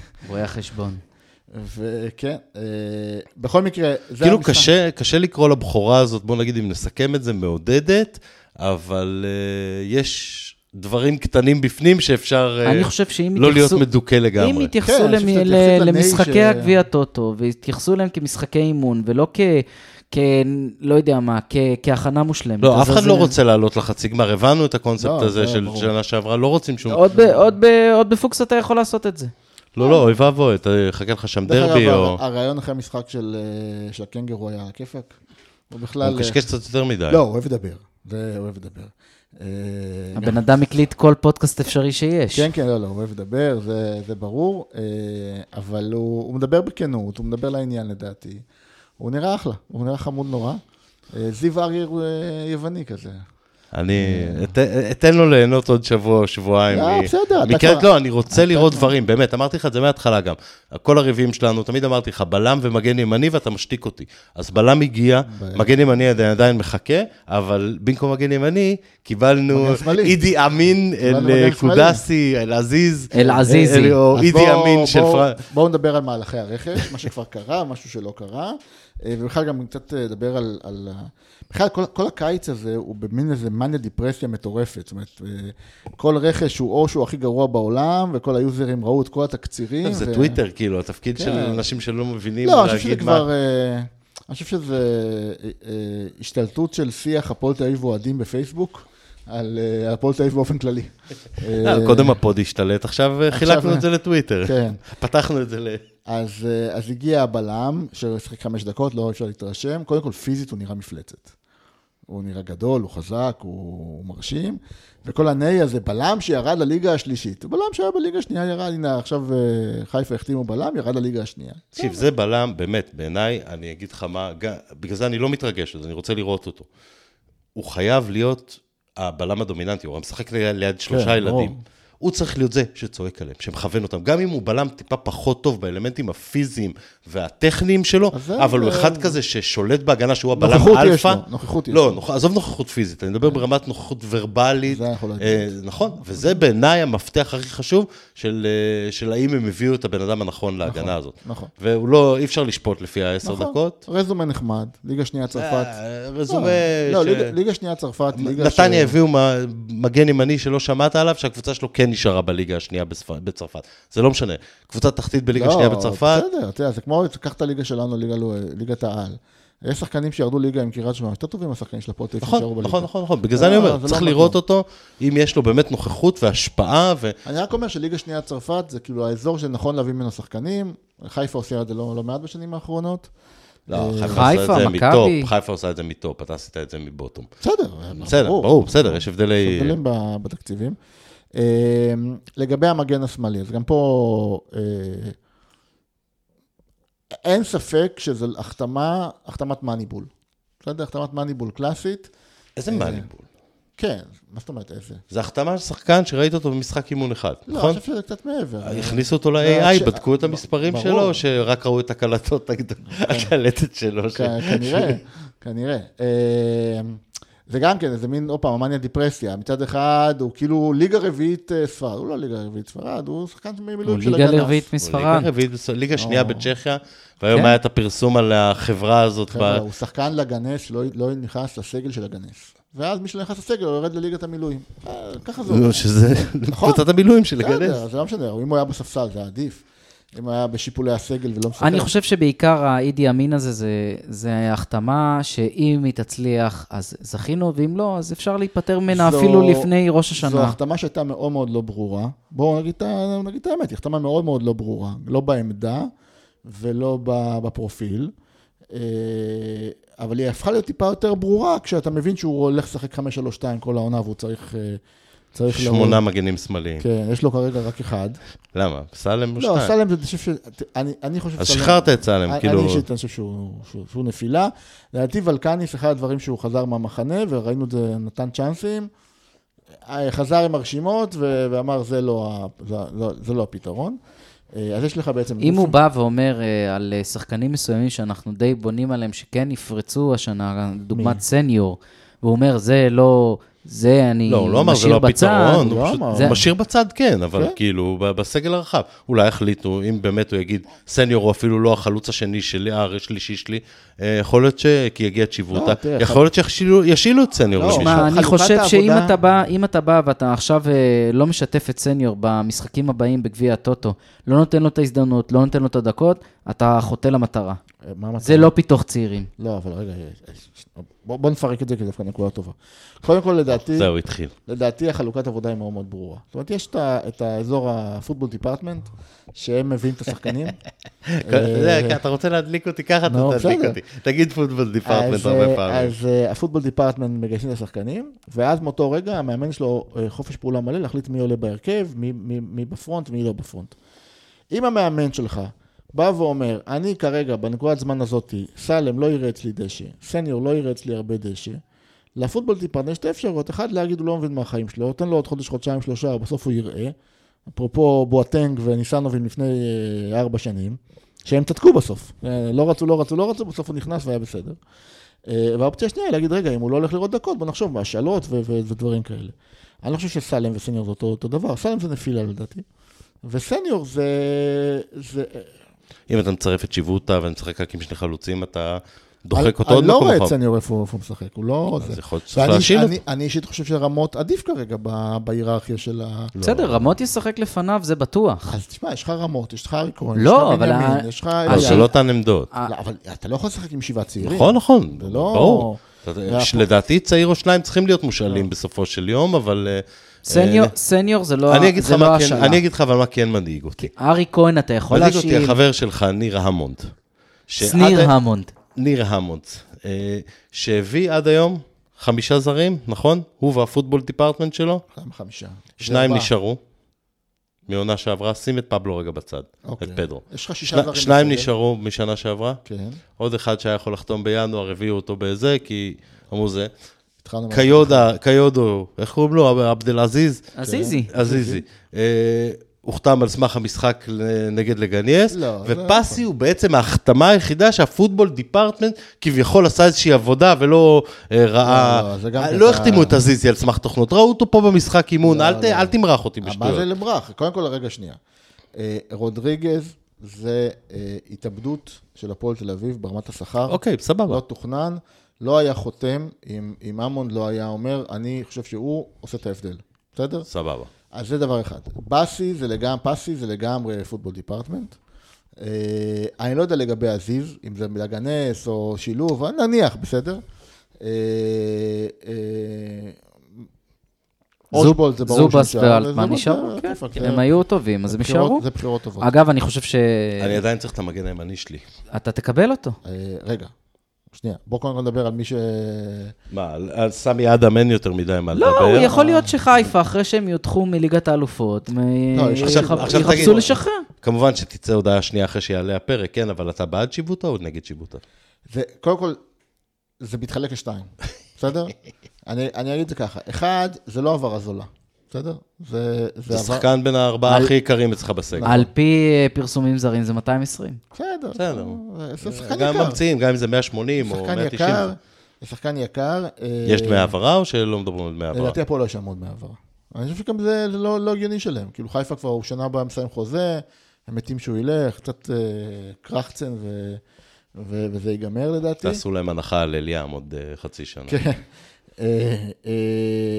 S3: (laughs)
S2: רואה חשבון.
S3: וכן, אה, בכל מקרה, זה
S1: כאילו
S3: המשחק.
S1: קשה, קשה לקרוא לבחורה הזאת, בוא נגיד, אם נסכם את זה, מעודדת, אבל uh, יש דברים קטנים בפנים שאפשר
S2: אני
S1: uh,
S2: חושב שאם
S1: לא להיות
S2: יתייחסו-
S1: מדוכא
S2: אם
S1: לגמרי.
S2: יתייחסו
S3: כן, אני
S2: למ-
S3: חושב שאתה
S2: ל-
S3: התייחסת לנהי
S2: למשחקי
S3: ש-
S2: הגביע טוטו, ויתייחסו אליהם כמשחקי אימון, ולא כ- כ... לא יודע מה, כ... כהכנה מושלמת.
S1: לא,
S2: אז
S1: אף אחד
S2: זה-
S1: לא רוצה לעלות לחצי גמר, הבנו את הקונספט
S3: לא,
S1: הזה
S3: זה
S1: של
S3: ברור.
S1: שנה שעברה, לא רוצים שום...
S2: עוד, ב... עוד, ב... עוד בפוקס אתה יכול לעשות את זה.
S1: לא, לא, אוי ואבוי, אתה- יחכה לך שם
S3: דרך
S1: דרבי,
S3: אגב,
S1: או...
S3: הרעיון אחרי המשחק של אה, של הקנגרו היה על הכיפק. הוא
S1: הוא
S3: בכלל...
S1: מקשקש קצת יותר מדי.
S3: לא, הוא אוהב לדבר. זה, הוא אוהב לדבר. אה, גם-
S2: הבן אדם הקליט כל פודקאסט אפשרי שיש.
S3: כן, כן, לא, לא, הוא אוהב לדבר, זה, זה ברור, אה, אבל הוא, הוא מדבר בכנות, הוא מדבר לעניין לדעתי. הוא נראה אחלה, הוא נראה חמוד נורא. אה, זיו אריה הוא אה, יווני כזה.
S1: אני את- אתן לו ליהנות עוד שבוע או שבועיים.
S3: לא,
S1: מ-
S3: בסדר, אתה
S1: מכיוון,
S3: כבר-
S1: לא, אני רוצה לראות דברים, באמת, אמרתי לך את זה מההתחלה גם. כל הריבים שלנו, תמיד אמרתי לך, בלם ומגן ימני ואתה משתיק אותי. אז בלם הגיע, מגן ימני עדיין- עדיין מחכה, אבל במקום מגן ימני, קיבלנו
S3: מגן שמאלי.
S1: אידי אמין,
S3: קיבלנו
S1: אל
S3: מגן שמאלי.
S1: קודסי, אל עזיז.
S2: אל עזיזי.
S1: אל- או
S3: אז
S1: לא אידי
S3: בואו-
S1: אמין של
S3: בואו-
S1: פרנק.
S3: בואו נדבר על מהלכי הרכש, מה שכבר קרה, משהו שלא קרה, אה, ובכלל גם קצת אה, לדבר על... על ה- בכלל, כל, כל הקיץ הזה הוא במין איזה מניה דיפרסיה מטורפת. זאת אומרת, אה, כל רכש הוא או שהוא הכי גרוע בעולם, וכל היוזרים ראו את כל התקצירים.
S1: זה
S3: אה, ו-
S1: טוויטר, כאילו, התפקיד של
S3: כן.
S1: אנשים שלא מבינים
S3: לא, אני חושב שזה
S1: להגיד מה...
S3: כבר... אה, אני חושב שזה אה, אה, השתלטות של שיח הפועל תל אביב אוהדים בפייסבוק, על אה, על הפועל תל אביב באופן כללי.
S1: (laughs) אה,
S3: אה,
S1: קודם הפוד השתלט, עכשיו אה, חילקנו את זה לטוויטר.
S3: כן.
S1: (laughs) פתחנו את זה ל...
S3: אז, אה, אז הגיע הבלם, ששיחק חמש דקות, לא אפשר להתרשם. קודם כל, פיזית הוא נראה מפלצת. הוא נראה גדול, הוא חזק, הוא, הוא מרשים. וכל הניי הזה, בלם שירד לליגה השלישית. בלם שהיה בליגה השנייה ירד, הנה עכשיו אה, חיפה החתימו בלם, ירד לליגה השנייה.
S1: תקשיב, זה בלם, באמת, בעיניי, אני אגיד לך מה, גם- בגלל זה אני לא מתרגש, אז אני רוצה לראות אותו. הוא חייב להיות הבלם הדומיננטי, הוא הרי משחק ליד, ליד שלושה
S3: כן, ברור.
S1: ילדים. הוא צריך להיות זה שצועק עליהם, שמכוון אותם. גם אם הוא בלם טיפה פחות טוב באלמנטים הפיזיים והטכניים שלו,
S3: אז זה-
S1: אבל הוא
S3: זה-
S1: אחד כזה ששולט בהגנה, שהוא הבלם
S3: נוכחות יש
S1: אלפא.
S3: לו, נוכחות יש
S1: לא,
S3: לו.
S1: נוכ- עזוב נוכחות פיזית, אני מדבר ברמת נוכחות ורבלית.
S3: אה. זה אנחנו לא
S1: אה, נכון, וזה בעיניי המפתח הכי חשוב של, אה, של האם הם הביאו את הבן אדם הנכון להגנה הזאת.
S3: נכון.
S1: והוא לא, אי אפשר לשפוט לפי העשר
S3: נכון,
S1: דקות.
S3: רזומה נחמד, ליגה שנייה צרפת.
S1: אה,
S3: לא,
S1: רזומה...
S3: לא,
S1: ש-
S3: ליגה- ליגה שנייה צרפת, ליגה
S1: נתניה הביאו מ- מגן ימני שלא שמעת עליו, שהקבוצה שלו כן נשארה בליגה השנייה בספ- בצרפת. זה לא משנה. קבוצה תחתית בליגה
S3: לא,
S1: השנייה בצרפת,
S3: בסדר, אתה יודע, זה כמו, קח את הליגה שלנו, ליגה לא- ליגת העל. יש שחקנים שירדו ליגה עם קריית שמונה, יותר טובים מהשחקנים של הפועל תל אביב שנשארו
S1: נכון,
S3: בליגה.
S1: נכון, נכון, נכון. בגלל זה אני
S3: לא,
S1: אומר,
S3: זה
S1: צריך
S3: לא
S1: לראות אותו, אם יש לו באמת נוכחות והשפעה, ו...
S3: אני רק אומר שליגה שנייה צרפת זה כאילו האזור שנכון להביא ממנו שחקנים, חיפה עושה את זה לא לא מעט בשנים האחרונות.
S1: לא,
S3: אה,
S2: חיפה,
S1: עושה את זה
S2: מכבי.
S1: מטופ, חיפה עושה את זה מטופ, אתה עשית את זה מבוטום.
S3: בסדר,
S1: בסדר, ברור, בסדר, יש הבדלי...
S3: נכון. יש הבדלים ב- בתקציבים. אה, לגבי המגן השמאלי, אז גם פה אה, אין ספק שזו החתמה, החתמת מאניבול. בסדר, החתמת מאניבול קלאסית. אה.
S1: איזה מאניבול.
S3: כן, מה זאת אומרת איזה?
S1: זה החתמה של שחקן שראית אותו במשחק אימון אחד,
S3: לא,
S1: נכון?
S3: אני חושב שזה קצת מעבר.
S1: הכניסו אותו
S3: ש-
S1: ל-AI, בדקו את המספרים
S3: ברור. כן.
S1: שלו, או שרק ראו את הקלטות, הגד- הקלטת שלו. ש-
S3: כ-
S1: (laughs)
S3: כנראה, כנראה. אה, זה גם כן, זה מין, עוד פעם, המאניה דיפרסיה. מצד אחד, הוא כאילו ליגה רביעית אה, ספרד, הוא לא ליגה רביעית ספרד, הוא שחקן
S2: הוא
S3: ממילואים של הגנף.
S2: ליגה לרביעית מספרד.
S1: ליגה רביעית, בס- ליגה שנייה
S3: או.
S1: בצ'כיה, והיום
S2: כן.
S1: היה את הפרסום על החברה הזאת.
S3: חבר'ה,
S1: ב-
S3: הוא שחקן לגנס, לא, לא נכנס לסגל של הגנס. ואז מי שלא נכנס לסגל, הוא יורד לליגת המילואים. אה, ככה
S2: (laughs)
S3: זה
S1: נו,
S3: עובד.
S1: לא, שזה
S3: נכון.
S1: קבוצת המילואים של לגנס.
S3: בסדר, זה לא משנה, אם הוא היה בספסל, זה היה עדיף. אם הוא היה בשיפולי הסגל ולא משחק.
S2: אני
S1: לא.
S2: חושב שבעיקר האידי אמין הזה, זה, זה החתמה שאם היא תצליח, אז זכינו, ואם לא, אז אפשר להיפטר ממנה
S3: זו-
S2: אפילו לפני ראש
S3: זו
S2: השנה.
S3: החתמה שהייתה מאוד מאוד לא ברורה. בואו נגיד, את ה- נגיד את האמת, היא החתמה מאוד מאוד לא ברורה. לא בעמדה ולא ב- בפרופיל. אה, אבל היא הפכה להיות טיפה יותר ברורה כשאתה מבין שהוא הולך לשחק 5-3-2 כל העונה והוא צריך... אה, צריך לרוץ.
S1: שמונה מגנים שמאליים.
S3: כן, יש לו כרגע רק אחד.
S1: למה? סלם הוא
S3: לא,
S1: שתיים.
S3: סלם זה, אני חושב ש... אני, אני חושב
S1: אז
S3: סלם-
S1: שחררת את סלם,
S3: אני-
S1: כאילו...
S3: אני אישית, אני חושב שהוא, שהוא, שהוא נפילה. לדעתי ולקניס, אחד הדברים שהוא חזר מהמחנה, וראינו את זה, נתן צ'אנסים. אה, חזר עם הרשימות ו- ואמר, זה לא, ה- זה, זה, זה לא הפתרון. אה, אז יש לך בעצם...
S2: אם
S3: גוף-
S2: הוא בא ואומר אה, על אה, שחקנים מסוימים שאנחנו די בונים עליהם, שכן יפרצו השנה, דוגמת סניור, והוא אומר, זה לא, זה אני
S1: לא, הוא לא אמר זה
S2: משאיר
S1: לא
S2: בצד.
S1: הפתרון,
S3: לא
S1: הוא פשוט
S3: אמר.
S1: הוא משאיר בצד, כן, אבל
S3: כן.
S1: כאילו, ב- בסגל הרחב. אולי יחליטו, אם באמת הוא יגיד, סניור הוא אפילו לא החלוץ השני שלי, השלישי שלי, אה, יכול להיות ש... כי יגיע צ'יבוטה,
S3: לא, תראה,
S1: יכול להיות שישילו את סניור
S3: לא,
S1: למישהו.
S3: מה,
S2: תשמע, אני
S3: חלוקת
S2: חושב שאם
S3: העבודה-
S2: אתה בא, אם אתה בא ואתה עכשיו אה, לא משתף את סניור במשחקים הבאים בגביע הטוטו, לא נותן לו את ההזדמנות, לא נותן לו את הדקות, אתה חוטא למטרה.
S3: אה, מה המטרה?
S1: אוקיי.
S2: זה לא פיתוח צעירים.
S3: לא, אבל רגע, בוא, בוא נפרק את זה, כי זו דווקא נקודה טובה. קודם כל, לדעתי,
S1: זהו, התחיל.
S3: לדעתי החלוקת עבודה היא מאוד מאוד ברורה. זאת אומרת, יש את, ה- את האזור הפוטבול דיפרטמנט, שהם מביאים את השחקנים.
S2: (laughs)
S1: (laughs) אתה יודע, כי כן, אתה רוצה להדליק אותי ככה, אתה
S3: אה, נו,
S1: תדליק
S3: בסדר.
S1: אותי. תגיד פוטבול דיפרטמנט
S3: אז,
S1: הרבה
S3: אה,
S1: פעמים.
S3: אז אה, הפוטבול דיפרטמנט מגייסים את השחקנים, ואז מאותו רגע המאמן שלו אה, חופש פעולה מלא להחליט מי עולה בהרכב, מי, מי, מי בפרונט, מי לא בפרונט. אם המאמן שלך בא ואומר, אני כרגע, בנקודת זמן הזאתי, סלם לא יראה אצלי דשא, סניור לא יראה אצלי הרבה דשא, לפוטבול דיפרטמנט יש שתי אפשרויות, אחד להגיד הוא לא מבין מהחיים שלו, תן לו עוד חודש, חודשיים, שלושה, בסוף הוא יראה. אפרופו בואטנג וניסנובים לפני אה, ארבע שנים, שהם צדקו בסוף. אה, לא רצו, לא רצו, לא רצו, בסוף הוא נכנס והיה בסדר. אה, והאופציה השנייה היא להגיד, רגע, אם הוא לא הולך לראות דקות, בוא נחשוב מה השאלות ו- ו- ודברים כאלה. אני לא חושב שסלם וסניור זה אותו, אותו דבר, סלם זה נפילה לדעתי, וסניור זה... זה...
S1: אם אתה מצרף את שיבוטה ומשחק רק עם שני חלוצים, אתה
S3: אני-
S1: דוחק אותו עוד
S3: אני לא
S1: מקום
S3: רואה את
S1: אחר.
S3: סניור איפה איפה הוא משחק, הוא לא...
S1: אז
S3: זה.
S1: יכול להיות שצריך
S3: ואני
S1: להשאיל
S3: אני- אני אישית חושב שרמות עדיף כרגע ב- בהיררכיה של ה...
S1: לא.
S2: בסדר, רמות ישחק לפניו, זה
S1: אה,
S2: בטוח.
S3: אז תשמע, יש לך רמות, יש לך ארי כהן,
S2: לא,
S3: יש לך
S2: אבל
S3: בנימין,
S2: ה-
S3: יש לך...
S1: אותו. אבל
S3: אליהו.
S1: זה לא אותן עמדות.
S3: לא, אבל אתה לא יכול לשחק עם שבעה צעירים.
S1: נכון, נכון,
S3: זה לא-
S1: ברור.
S3: זה הפוך.
S1: לדעתי צעיר או שניים צריכים להיות מושאלים בסופו של יום, אבל... אה,
S2: סניור-
S1: אה,
S2: סניור זה לא
S1: אני אגיד לך
S2: זה לא
S1: מה כן-
S2: השאלה.
S1: אני אגיד לך אבל מה כן מדאיג אותי.
S2: ארי כהן אתה יכול
S1: מדאיג אותי
S2: להשאיל,
S1: החבר שלך, ניר המונד. שעד-
S2: שניר המונד.
S1: ניר המונד, אה, שהביא עד היום חמישה זרים, נכון? הוא והפוטבול דיפרטמנט שלו,
S3: כמה חמישה?
S1: שניים
S3: זה ארבעה.
S1: נשארו. מעונה שעברה, שים את פבלו רגע בצד, את
S3: אוקיי.
S1: פדרו.
S3: יש לך שישה
S1: שני-
S3: זרים.
S1: שניים
S3: בסדר.
S1: נשארו משנה שעברה,
S3: כן,
S1: עוד אחד שהיה יכול לחתום בינואר, הביאו אותו בזה, כי אמרו זה.
S3: התחלנו... מה-
S1: קיודה, קיודו, איך קוראים לו? עבד אל עזיז?
S2: עזיזי.
S1: עזיזי. אה, הוחתם על סמך המשחק ל- נגד לגניאס,
S3: לא, זה
S1: ופסי הוא בעצם ההחתמה היחידה שהפוטבול דיפרטמנט כביכול עשה איזושהי עבודה ולא אה, ראה,
S3: לא, לא, זה גם
S1: אה,
S3: כן,
S1: לא
S3: אתה-
S1: החתימו את עזיזי על סמך תוכנות, ראו אותו פה במשחק אימון,
S3: לא,
S1: אל ת-
S3: לא.
S1: אל תמרח אותי
S3: מה זה לא-
S1: בשטויות.
S3: לברח? קודם כל, רגע שנייה. אה, רודריגז זה אה, התאבדות של הפועל תל אביב ברמת השכר.
S1: אוקיי, סבבה.
S3: לא תוכנן, לא היה חותם, אם אם אמונד לא היה אומר, אני חושב שהוא עושה את ההבדל. בסדר?
S1: סבבה.
S3: אז זה דבר אחד. באסי זה לגמרי, פאסי זה לגמרי פוטבול דיפרטמנט. אה, אני לא יודע לגבי עזיז, אם זה מלגנס או שילוב, אבל נניח, בסדר. אה, אה, אושבולט זה ברור שהוא
S2: זובס
S3: נשאר,
S2: ואלטמן
S3: וזובס
S2: נשארו,
S3: זה-
S2: כן.
S3: זה-
S2: הם היו טובים, אז הם
S3: בחירות-
S2: יישארו.
S3: זה בחירות טובות.
S2: אגב, אני חושב
S1: אני
S2: שאתה
S1: עדיין צריך את המגן הימני שלי.
S2: תקבל אותו.
S3: אה, רגע, שנייה, בואו קודם כל נדבר על מי ש...
S1: מה, על על סמי אדם אין יותר מדי מה לדבר.
S2: לא, יכול להיות שחיפה, אחרי שהם יודחו מליגת האלופות, מ-
S3: לא, יש-
S1: עכשיו-
S2: יחפ-
S1: עכשיו
S2: יחפשו
S1: תגיד.
S2: לשחרר.
S1: כמובן שתצא הודעה שנייה אחרי שיעלה הפרק, כן, אבל אתה בעד שיבוטה או נגד שיבוטה?
S3: זה, קודם כל, זה מתחלק לשתיים,
S2: (laughs)
S3: בסדר? אני, אני אגיד את זה ככה, אחד, זה לא עברה זולה, בסדר? זה,
S1: זה
S3: זה
S1: שחקן בין הארבעה
S2: על-
S1: הכי יקרים אצלך בסגל.
S2: על פי אה, פרסומים זרים זה 220.
S3: בסדר.
S1: בסדר. אה,
S3: זה- זה שחקן
S1: גם
S3: יקר.
S1: ממציאים, גם אם זה 180 או
S3: שחקן
S1: 190.
S3: יקר, זה שחקן יקר. אה,
S1: יש דמי העברה או שלא מדברים על דמי העברה?
S3: לדעתי הפועל לא ישלמו עוד מהעברה. אני חושב שגם זה זה לא לא הגיוני שלהם. כאילו חיפה כבר הוא שנה הבאה מסיים חוזה, הם מתים שהוא ילך, קצת אה, קרחצן ו- ו- וזה ייגמר לדעתי.
S1: תעשו להם הנחה על אליאם עוד אה, חצי שנה.
S3: כן. אה, אה,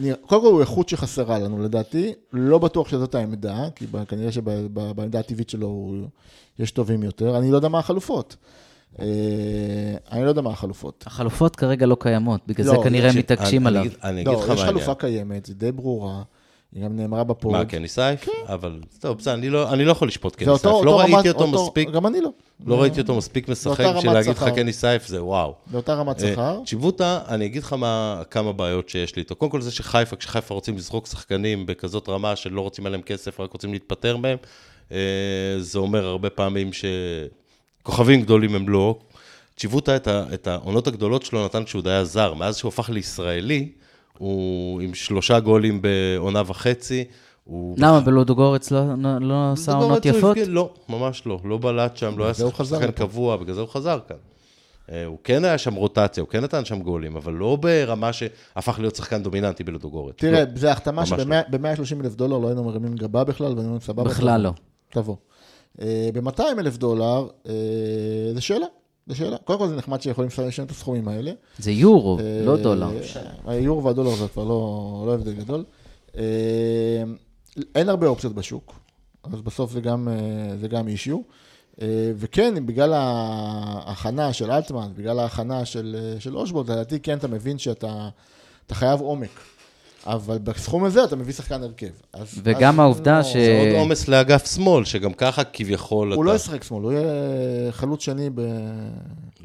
S3: נראה- קודם כל הוא איכות שחסרה לנו לדעתי, לא בטוח שזאת העמדה, כי ב- כנראה שבעמדה הטבעית שלו הוא- יש טובים יותר, אני לא יודע מה החלופות. אה, אני לא יודע מה החלופות.
S2: החלופות כרגע לא קיימות, בגלל זה
S3: לא,
S2: כנראה הם
S1: תקשיב,
S2: מתעקשים
S1: אני-
S2: עליו.
S1: אני אגיד- אני אגיד
S3: לא,
S1: לך
S3: יש
S1: מה העניין.
S3: חלופה קיימת, היא די ברורה, היא גם נאמרה בפוד.
S1: מה, כן, קני סייף? אבל טוב, בסדר, אני לא אני לא יכול לשפוט
S3: כן. זה
S1: קני סייף.
S3: אותו- אותו
S1: לא
S3: רמת-
S1: ראיתי אותו מספיק,
S3: גם אני לא.
S1: לא ראיתי אותו מספיק משחק
S3: רמת
S1: בשביל להגיד לך
S3: שכר.
S1: קני סייף זה וואו.
S3: באותה רמת שכר.
S1: אה, צ'יבוטה, אני אגיד לך מה, כמה בעיות שיש לי איתו. קודם כל זה שחיפה, כשחיפה רוצים לזרוק שחקנים בכזאת רמה שלא רוצים עליהם כסף, רק רוצים להתפטר מהם, אה, זה אומר הרבה פעמים שכוכבים גדולים הם לא. צ'יבוטה, את, ה... את העונות הגדולות שלו נתן כשהוא עוד היה זר. מאז שהוא הפך לישראלי, הוא עם שלושה גולים בעונה וחצי. הוא...
S2: למה בלודוגורץ לא- לא- לא עשה
S1: בדוגורץ
S2: עונות
S1: הוא
S2: יפות?
S1: הבקיע- לא, ממש לא. לא בלט שם, לא היה
S3: זה הוא חזר
S1: שחקן
S3: לפה.
S1: קבוע, בגלל זה הוא חזר כאן. אה, הוא כן היה שם רוטציה, הוא כן נתן שם גולים, אבל לא ברמה שהפך להיות שחקן דומיננטי בלודוגורץ.
S3: תראה,
S1: לא.
S3: זו החתמה
S1: ממש
S3: שב-130 אלף דולר לא היינו מרימים גבה בכלל, והיינו אומרים סבבה.
S2: בכלל לא.
S3: תבוא. ב-200 אלף דולר, אה, זה שאלה, זה שאלה. קודם כל זה נחמד שיכולים לשלם את הסכומים האלה.
S2: זה יורו,
S3: אה,
S2: לא דולר.
S3: היורו והדולר זה כבר לא לא הבדל גדול. אה, אין הרבה אופציות בשוק, אז בסוף זה גם, אה, זה גם אישיו. אה, וכן, בגלל ההכנה של אלטמן, בגלל ההכנה של, אה, של אושבולד, לדעתי כן, אתה מבין שאתה אתה חייב עומק. אבל בסכום הזה אתה מביא שחקן הרכב. אז,
S2: וגם
S3: אז-
S2: העובדה
S3: לא,
S2: ש-
S3: זה-
S1: זה עוד עומס לאגף שמאל, שגם ככה כביכול
S3: הוא לא
S1: אתה
S3: ישחק שמאל, הוא יהיה חלוץ שני ב...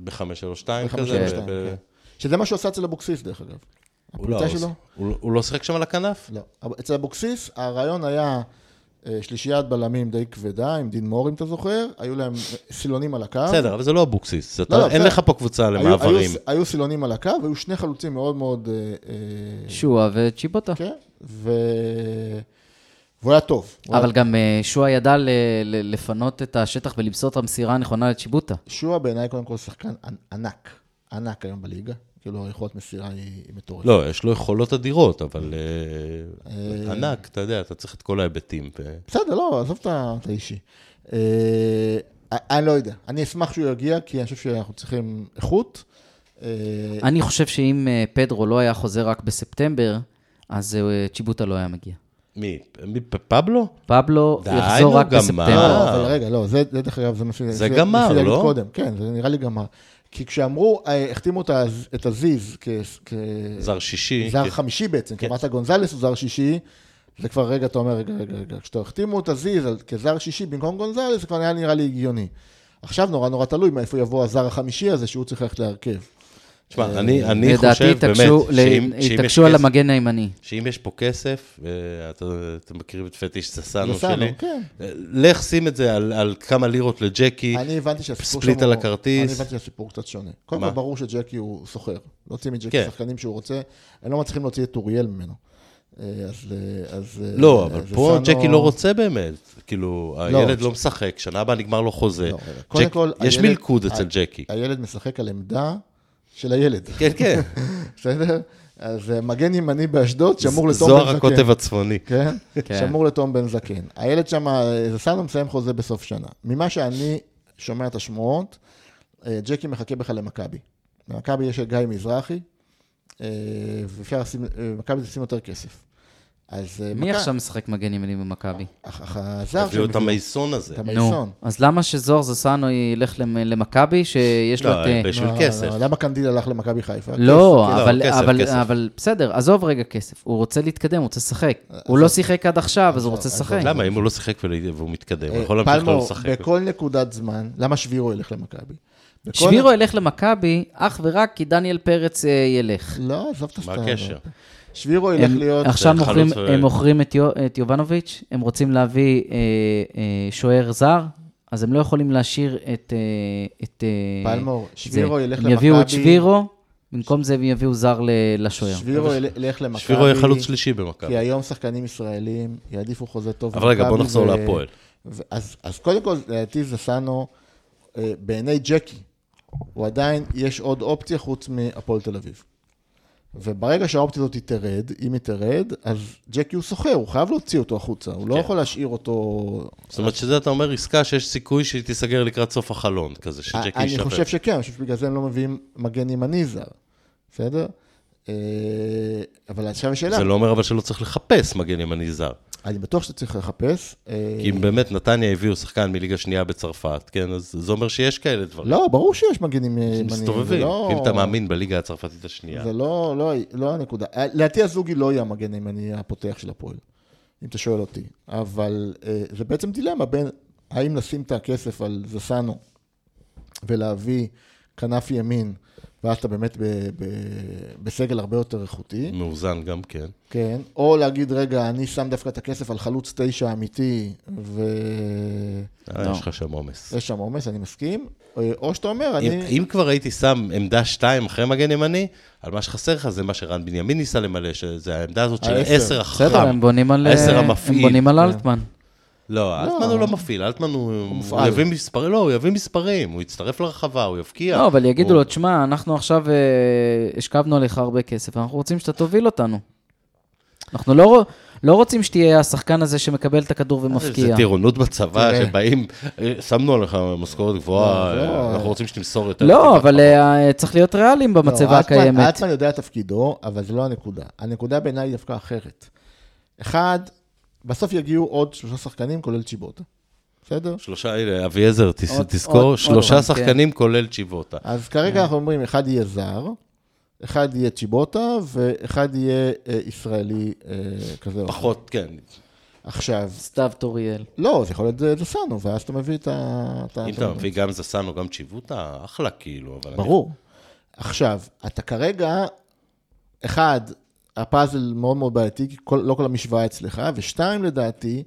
S1: ב-532
S3: ב-52,
S1: כזה. ב- ב-
S3: כן. שזה מה שהוא עשה אצל אבוקסיס, דרך אגב.
S1: הוא לא-
S3: הפליטה שלו?
S1: הוא הוא לא שיחק שם על הכנף?
S3: לא. אבל אצל אבוקסיס, הרעיון היה אה, שלישיית בלמים די כבדה, עם דין מור, אם אתה זוכר, היו להם אה, סילונים על הקו.
S1: בסדר, אבל זה לא אבוקסיס. אתה-
S3: לא,
S1: אין
S3: בסדר.
S1: לך פה קבוצה
S3: היו-
S1: למעברים.
S3: היו- היו סילונים על הקו, היו שני חלוצים מאוד מאוד... אה, אה,
S2: שועה וצ'יבוטה.
S3: כן, ו... והוא היה טוב. הוא
S2: אבל
S3: היה-
S2: גם אה, שועה ידע ל- ל- לפנות את השטח ולמסור את המסירה הנכונה לצ'יבוטה.
S1: אה,
S3: שועה בעיניי קודם כל שחקן ענ- ענק, ענק היום בליגה. כאילו, היכולת מסירה היא היא מטורפת.
S1: לא, יש לו יכולות אדירות, אבל אה, ענק, אתה יודע, אתה צריך את כל ההיבטים. ו-
S3: בסדר, לא, עזוב את ה- את האישי. אה, אני לא יודע. אני אשמח שהוא יגיע, כי אני חושב שאנחנו צריכים איכות. אה,
S2: אני חושב שאם אה, פדרו לא היה חוזר רק בספטמבר, אז אה, צ'יבוטה לא היה מגיע.
S1: מי? מי? פ- פבלו?
S2: פבלו
S1: די,
S2: יחזור
S1: נו,
S2: רק
S1: גם
S2: בספטמבר.
S1: מה?
S3: לא, אבל רגע, לא, זה זה דרך אגב, זה מה ש...
S1: אה. זה גמר,
S3: ניסיתי להגיד
S1: לא?
S3: קודם, כן, זה נראה לי גמר. כי כשאמרו, אה, החתימו את הז- את הזיז כ... כ-
S1: זר שישי.
S3: אה, זר
S1: כן.
S3: חמישי בעצם, כי אמרת גונזלס הוא זר שישי, זה כבר רגע, אתה אומר, רגע, רגע, רגע, כשאתה החתימו את הזיז על- כזר שישי במקום גונזלס, זה כבר היה נראה לי הגיוני. עכשיו נורא נורא תלוי מאיפה יבוא הזר החמישי הזה שהוא צריך ללכת להרכב.
S1: תשמע, אני אני
S2: לדעתי
S1: חושב באמת,
S2: התעקשו-
S1: שאם-
S2: ל-
S1: שאם יש
S2: התעקשו על
S1: כסף-
S2: המגן הימני.
S1: שאם יש פה כסף, אה, אתה אתה מכיר את פטיש ססנו
S3: ססנו,
S1: שלי?
S3: כן.
S1: אה, לך שים את זה על- על כמה לירות לג'קי.
S3: אני הבנתי שהסיפור
S1: ספליט
S3: שם
S1: על
S3: הוא-
S1: הכרטיס.
S3: אני הבנתי שהסיפור קצת שונה. קודם
S1: מה?
S3: כל ברור שג'קי הוא סוחר. להוציא מג'קי
S1: כן.
S3: שחקנים שהוא רוצה, הם לא מצליחים להוציא את אוריאל ממנו. אה, אז... אה, אז אה,
S1: לא,
S3: אה,
S1: אבל
S3: זה
S1: פה
S3: סאנו-
S1: ג'קי לא רוצה באמת. כאילו, הילד לא משחק, שנה הבאה נגמר לו חוזה.
S3: לא, רגע. קודם
S1: ג'ק-
S3: כל,
S1: יש
S3: הילד- אה,
S1: מלכוד אצל
S3: ה-
S1: ג'קי.
S3: הילד משחק על עמדה של הילד,
S1: כן, כן.
S3: (laughs) בסדר? אז אה, מגן ימני באשדוד שמור לתום בן זקן.
S1: זוהר הקוטב הצפוני.
S3: כן?
S2: כן.
S3: שמור לתום בן זקן. הילד שם, זסנו מסיים חוזה בסוף שנה. ממה שאני שומע את השמועות, אה, ג'קי מחכה בכלל למכבי. למכבי יש את גיא מזרחי, אה, ואפשר לשים, אה, מכבי תשים יותר כסף. אז אה,
S2: מי
S3: מכבי-
S2: עכשיו משחק מגן ימני במכבי?
S3: אח- אח- הזר
S1: הביאו
S3: שהם
S1: את המייסון הזה.
S3: את המייסון.
S2: אז למה שזוהר זסנו ילך למ- למכבי, שיש לו
S1: לא,
S2: את... אה,
S1: בשביל
S3: לא, לא,
S1: כסף.
S3: לא, למה קנדיל הלך למכבי חיפה?
S2: לא,
S1: כסף,
S2: אבל,
S1: לא, כסף,
S2: אבל,
S1: כסף.
S2: אבל בסדר, עזוב רגע כסף. הוא רוצה להתקדם, הוא רוצה לשחק.
S1: אה,
S2: הוא לא שיחק עד עכשיו, אז הוא רוצה
S3: עזוב,
S2: לשחק.
S1: למה? אם הוא לא שיחק ול- והוא מתקדם, הוא יכול
S3: אה,
S1: להמשיך לא
S3: פלמור,
S1: לשחק.
S3: בכל נקודת זמן, למה שבירו ילך למכבי? בכל-
S2: שבירו ילך למכבי אך ורק כי דניאל פרץ אה, ילך.
S3: לא, עזוב את
S1: מה
S3: הסתם.
S1: הקשר?
S3: שבירו ילך
S2: הם
S3: להיות...
S2: עכשיו
S1: חלוץ
S2: מוכרים,
S1: ו-
S2: הם מוכרים את, יו, את יובנוביץ', הם רוצים להביא אה, אה, שוער זר, אז הם לא יכולים להשאיר את... אה, את אה,
S3: פלמור,
S2: זה.
S3: שבירו ילך
S2: הם יביאו את
S3: למכבי.
S2: שבירו, במקום זה הם יביאו זר ל- לשוער.
S3: שבירו ילך למכבי.
S1: שבירו יהיה חלוץ שלישי במכבי.
S3: כי היום שחקנים ישראלים יעדיפו חוזה טוב.
S1: אבל רגע, בוא
S3: במכבי
S1: נחזור
S3: ו-
S1: להפועל.
S3: ו- אז אז קודם כל, לדעתי זסנו, אה, בעיני ג'קי, הוא עדיין, יש עוד אופציה חוץ מהפועל תל אביב. וברגע שהאופציה הזאת תרד, אם היא תרד, אז ג'קי הוא סוחר, הוא חייב להוציא אותו החוצה, הוא לא
S1: כן.
S3: יכול להשאיר אותו...
S1: זאת אומרת שזה, אתה אומר, עסקה שיש סיכוי שהיא תיסגר לקראת סוף החלון, כזה שג'קי יישבר.
S3: אה, אני חושב שכן, אני חושב שבגלל זה הם לא מביאים מגן ימני זר, בסדר? אה, אבל עכשיו השאלה,
S1: זה לא אומר אבל שלא צריך לחפש מגן ימני זר.
S3: אני בטוח שאתה צריך לחפש. אה,
S1: כי אם באמת נתניה הביאו שחקן מליגה שנייה בצרפת, כן, אז זה אומר שיש כאלה דברים.
S3: לא, ברור שיש מגנים ימניים. זה
S1: מסתובבים.
S3: לא-
S1: אם אתה מאמין בליגה הצרפתית השנייה.
S3: זה לא, לא, לא הנקודה. אה, לדעתי הזוגי לא יהיה המגן הימני הפותח של הפועל, אם אתה שואל אותי. אבל אה, זה בעצם דילמה בין האם לשים את הכסף על זסנו ולהביא כנף ימין, ואז אתה באמת ב- ב- בסגל הרבה יותר איכותי.
S1: מאוזן גם כן.
S3: כן, או להגיד, רגע, אני שם דווקא את הכסף על חלוץ תשע אמיתי, ויש
S1: אה,
S2: לא.
S1: יש לך שם עומס.
S3: שם עומס, אני מסכים, אה, או שאתה אומר,
S1: אם,
S3: אני...
S1: אם כבר הייתי שם עמדה 2 אחרי מגן ימני, על מה שחסר לך זה מה שרן בנימין ניסה למלא, שזה העמדה הזאת של
S3: העשר.
S1: 10 החכם.
S2: בסדר, הם בונים על... אה,
S1: העשר
S2: הם
S1: המפעיל. כן.
S2: בונים על אלטמן.
S1: לא, אלטמן הוא לא מפעיל, אלטמן הוא... הוא,
S3: מופעל.
S1: יביא מספרים, לא, הוא יביא מספרים, הוא יצטרף לרחבה, הוא
S3: כן.
S1: יבקיע.
S2: לא, אבל יגידו
S1: הוא-
S2: לו, תשמע, אנחנו עכשיו אה, השכבנו עליך הרבה כסף, אנחנו רוצים שאתה תוביל אותנו. אנחנו לא, רו- לא רוצים שתהיה השחקן הזה שמקבל את הכדור
S1: אה, זה
S2: ומפקיע.
S1: טירונות בצבא,
S3: תראה.
S1: שבאים, אה, שמנו עליך משכורת גבוהה,
S3: לא,
S1: אה,
S3: לא.
S1: אנחנו רוצים שתמסור יותר.
S2: לא,
S1: תקבל
S2: אבל
S1: פחות.
S2: אה, צריך להיות ריאליים במצבה
S3: לא, אלטמן-
S2: הקיימת.
S3: אלטמן יודע את תפקידו, אבל זה לא הנקודה. הנקודה בעיניי היא דווקא אחרת. אחד, בסוף יגיעו עוד שלושה שחקנים, כולל צ'יבוטה. בסדר?
S1: שלושה, הנה, אביעזר, תס-
S4: עוד- עוד-
S1: תזכור,
S4: עוד
S1: שלושה
S2: פעם,
S1: שחקנים כולל צ'יבוטה.
S3: אז
S1: כן.
S3: כרגע אנחנו אומרים, אחד יהיה זר, אחד יהיה צ'יבוטה, ואחד יהיה אה, ישראלי אה, כזה או אחר.
S1: פחות, כן.
S3: עכשיו,
S4: סתיו טוריאל.
S3: לא, זה יכול להיות אה, דסנו, ואז אתה מביא את ה... את ה-
S1: אם אתה מביא גם זסנו, גם צ'יבוטה, אחלה כאילו, אבל... אני-
S3: אה, ברור. עכשיו, אתה כרגע, אחד, הפאזל מאוד מאוד בעייתי, כי כל, לא כל המשוואה אצלך, ושתיים, לדעתי,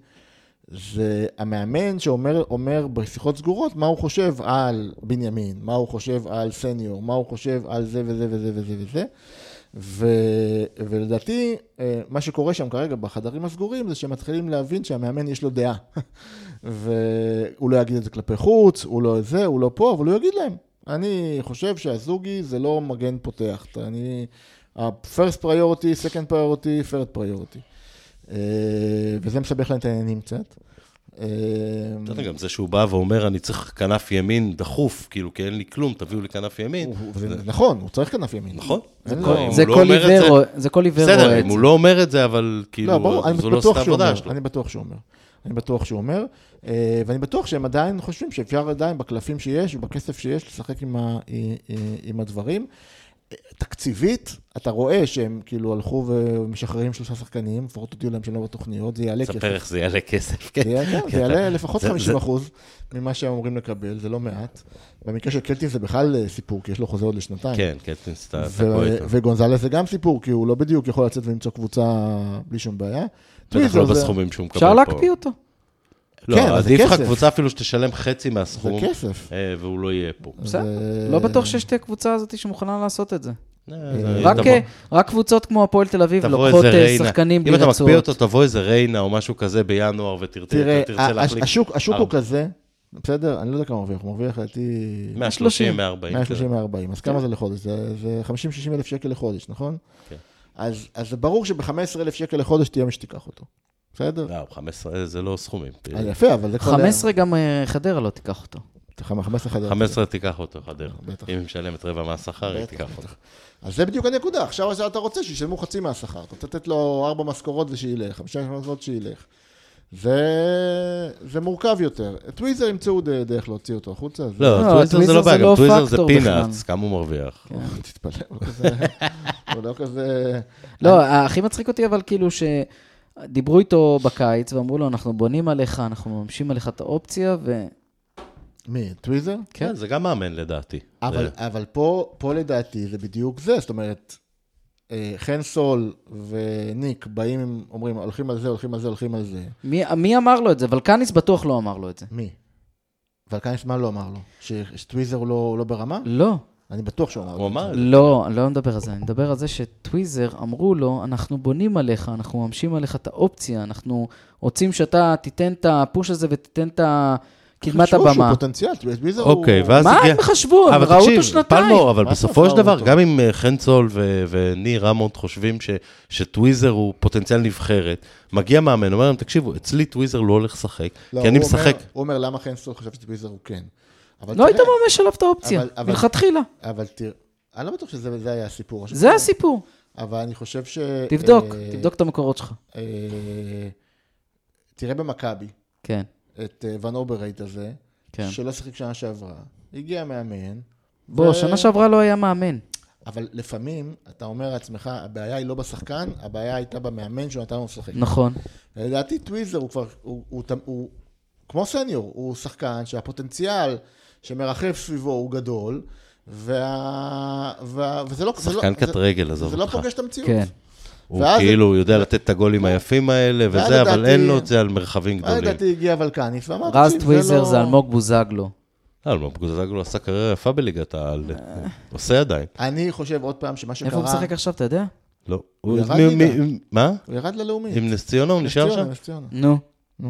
S3: זה המאמן שאומר אומר בשיחות סגורות מה הוא חושב על בנימין, מה הוא חושב על סניור, מה הוא חושב על זה וזה וזה וזה וזה. ו, ולדעתי, אה, מה שקורה שם כרגע בחדרים הסגורים זה שהם מתחילים להבין שהמאמן יש לו דעה. (laughs) והוא לא יגיד את זה כלפי חוץ, הוא לא זה, הוא לא פה, אבל הוא יגיד להם. אני חושב שהזוגי זה לא מגן פותח. אתה- אני... ה-first priority, second priority, third priority. אה, וזה מסבך להם את העניינים קצת. אה,
S1: אתה יודע, גם זה שהוא בא ואומר, אני צריך כנף ימין דחוף, כאילו, כי אין לי כלום, תביאו לי כנף ימין.
S3: הוא- זה נכון, הוא צריך כנף ימין.
S1: נכון.
S3: זה
S1: אם
S3: כל-
S1: הוא
S2: זה
S1: לא
S2: כל
S1: אומר את
S2: עיוור
S1: זה-
S2: רואה- זה כל עיוור
S1: בסדר,
S2: רואה את
S1: אם
S2: זה.
S1: הוא לא אומר את זה, אבל כאילו,
S3: לא, ברור, אני
S1: זו לא
S3: בטוח
S1: סתם
S3: שהוא
S1: עבודה
S3: אומר,
S1: שלו.
S3: אני בטוח שהוא אומר. אני בטוח שהוא אומר, אה, ואני בטוח שהם עדיין חושבים שאפשר עדיין בקלפים שיש ובכסף שיש לשחק עם, ה, אה, אה, עם הדברים. אה, תקציבית, אתה רואה שהם כאילו הלכו ומשחררים שלושה שחקנים, לפחות הודיעו להם שהם לא בתוכניות, זה יעלה כסף.
S1: ספר איך זה יעלה כסף, כן.
S3: זה יעלה-
S1: כי
S3: זה
S1: אתה- (laughs)
S3: יעלה לפחות
S1: זה- זה-
S3: 50 אחוז ממה שהם אמורים לקבל, זה לא מעט. במקרה של קלטין זה בכלל אה, סיפור, כי יש לו חוזה עוד לשנתיים.
S1: כן, כן, אתה אתה
S3: ו-
S1: תקוע איתו.
S3: וגונזלס זה גם סיפור, כי הוא לא בדיוק יכול לצאת ולמצוא קבוצה בלי שום בעיה.
S1: בטח
S3: טוויזר
S1: לא
S3: זה-
S1: בסכומים שהוא מקבל פה.
S2: אפשר להקפיא אותו.
S3: כן,
S1: לא,
S3: אבל זה
S1: עדיף לך
S3: כסף.
S1: קבוצה אפילו שתשלם חצי
S3: זה
S1: מהסכום,
S3: כסף.
S1: אה, והוא לא יהיה פה.
S2: בסדר,
S3: זה-
S2: לא בטוח שיש את הקבוצה הזאת שמוכנה לעשות את זה.
S1: אה, זה-
S2: רק,
S1: תבוא-
S2: אה, רק קבוצות כמו הפועל תל אביב
S1: תבוא
S2: לוקחות
S1: איזה
S2: אה,
S1: ריינה.
S2: שחקנים בלי
S1: אם אתה מקפיא אותו,
S2: רצועות.
S1: תבוא איזה ריינה או משהו כזה בינואר ותרצה
S3: תראה, ה-
S1: תרצה
S3: הש-
S1: להחליף
S3: השוק השוק הוא
S1: ארבע.
S3: כזה, בסדר? אני לא יודע כמה הוא מרוויח, הוא מרוויח לדעתי
S1: 130, 140.
S3: 130 140, אז כמה זה לחודש? זה זה 50-60 אלף שקל לחודש, נכון?
S1: כן.
S3: אז אז זה ברור שב-15 אלף שקל לחודש תהיה מי שתיקח אותו, בסדר?
S1: לא, 15 זה לא סכומים.
S3: אז יפה, אבל אה, זה כבר...
S2: 15 גם אה, חדרה לא תיקח אותו.
S3: חמ- 15 חדר.
S1: 15 תיקח אותו, חדרה.
S3: בטח.
S1: אם היא משלמת רבע מהשכר, היא
S3: בטח,
S1: תיקח
S3: בטח.
S1: אותו.
S3: אז זה בדיוק הנקודה, עכשיו אז אתה רוצה שישלמו חצי מהשכר, אתה רוצה לתת לו ארבע משכורות ושילך, חמישה משכורות שילך. זה, זה מורכב יותר. טוויזר ימצאו ד- דרך להוציא אותו החוצה, אז
S1: לא,
S2: לא,
S1: טוויזר זה
S2: טוויזר
S1: לא בעיה,
S2: זה
S1: גם
S2: לא
S1: טוויזר זה
S2: פקטור
S1: פינאץ, כמה הוא מרוויח.
S3: (laughs) תתפלא, הוא לא כזה, הוא לא כזה...
S2: לא, הכי מצחיק אותי אבל כאילו שדיברו איתו בקיץ ואמרו לו, אנחנו בונים עליך, אנחנו מממשים עליך את האופציה, וכן,
S3: מי, טוויזר?
S1: כן, זה גם מאמן לדעתי.
S3: אבל,
S1: זה-
S3: אבל פה, פה לדעתי זה בדיוק זה, זאת אומרת, אה, חן סול וניק באים, עם- אומרים, הולכים על זה, הולכים על זה, הולכים על זה.
S2: מי, מי אמר לו את זה? ולקניס בטוח לא אמר לו את זה.
S3: מי? ולקניס מה לא אמר לו? ש- שטוויזר הוא לא, הוא לא ברמה?
S2: לא,
S3: אני בטוח שהוא אמר לו.
S1: הוא אמר,
S2: לא, אני לא מדבר על זה, אני מדבר על זה שטוויזר אמרו לו, אנחנו בונים עליך, אנחנו מממשים עליך את האופציה, אנחנו רוצים שאתה תיתן את הפוש הזה ותיתן את קדמת
S3: חשבו שהוא
S2: הבמה.
S3: פוטנציאל, טוויזר הוא...
S1: אוקיי, ואז
S2: מה
S1: הגיע...
S2: הם
S3: לא,
S2: חשבו? הם
S1: אבל
S2: ראו אותו
S1: תקשיב,
S2: שנתיים.
S1: פלמור, אבל
S3: מה זה
S1: בסופו של
S3: ראו
S1: דבר,
S3: אותו?
S1: גם אם אה, חן צול ו- וניר רמונד חושבים ש- שטוויזר הוא פוטנציאל נבחרת, מגיע מאמן, אומר להם, תקשיבו, אצלי טוויזר לא הולך לשחק,
S3: לא,
S1: כי אני
S3: הוא אומר-
S1: משחק...
S3: הוא אומר למה חן סול חשב שטוויזר הוא כן. אבל
S2: לא היית
S3: תראה,
S2: מממש עליו את האופציה,
S3: אבל- אבל-
S2: מלכתחילה.
S3: אבל תראה, אני לא בטוח שזה זה היה הסיפור. אני
S2: זה
S3: חושב-
S2: הסיפור.
S3: אבל אני חושב ש...
S2: תבדוק,
S3: אה,
S2: תבדוק את המקורות שלך.
S3: אה, תראה במכבי
S2: כן,
S3: את אה, ון אוברייט הזה,
S2: כן.
S3: שלא שיחק שנה שעברה. הגיע מאמן,
S2: בוא,
S3: ו-
S2: שנה שעברה לא היה מאמן.
S3: אבל לפעמים אתה אומר לעצמך, הבעיה היא לא בשחקן, הבעיה הייתה במאמן שנתן לנו לשחק.
S2: נכון.
S3: לדעתי טוויזר הוא כבר, הוא, הוא, הוא, הוא כמו סניור, הוא שחקן שהפוטנציאל שמרחף סביבו הוא גדול, וה, וה, וזה לא... זה לא-
S1: שחקן
S3: זה-
S1: קט רגל, עזוב
S3: זה לא
S1: אותך.
S3: פוגש את המציאות. (laughs)
S2: כן.
S1: הוא
S3: ואז- לא.
S1: כאילו הוא יודע לתת את הגולים היפים האלה
S3: ואז
S1: וזה, אבל
S3: לדעתי-
S1: אין לו את זה על מרחבים
S3: אז
S1: גדולים.
S3: אה, לדעתי הגיע ולקניס ואמר,
S2: רז
S3: "תקשיב,
S2: טוויזר
S3: לא-
S2: זה אלמוג בוזגלו.
S1: לא, אלמוג בוזגלו עשה קריירה יפה בליגת העל.
S3: אה.
S1: הוא עושה עדיין.
S3: אני חושב עוד פעם שמה שקרה...
S2: איפה הוא משחק עכשיו, אתה יודע?
S1: לא. הוא-
S3: ירד
S1: מי- מי-
S3: ליגה.
S1: מי- מה?
S3: הוא ירד ללאומי.
S1: עם נס ציונה הוא
S3: נס
S1: נשאר
S3: ציונה,
S1: שם?
S3: נס ציונה.
S2: נו,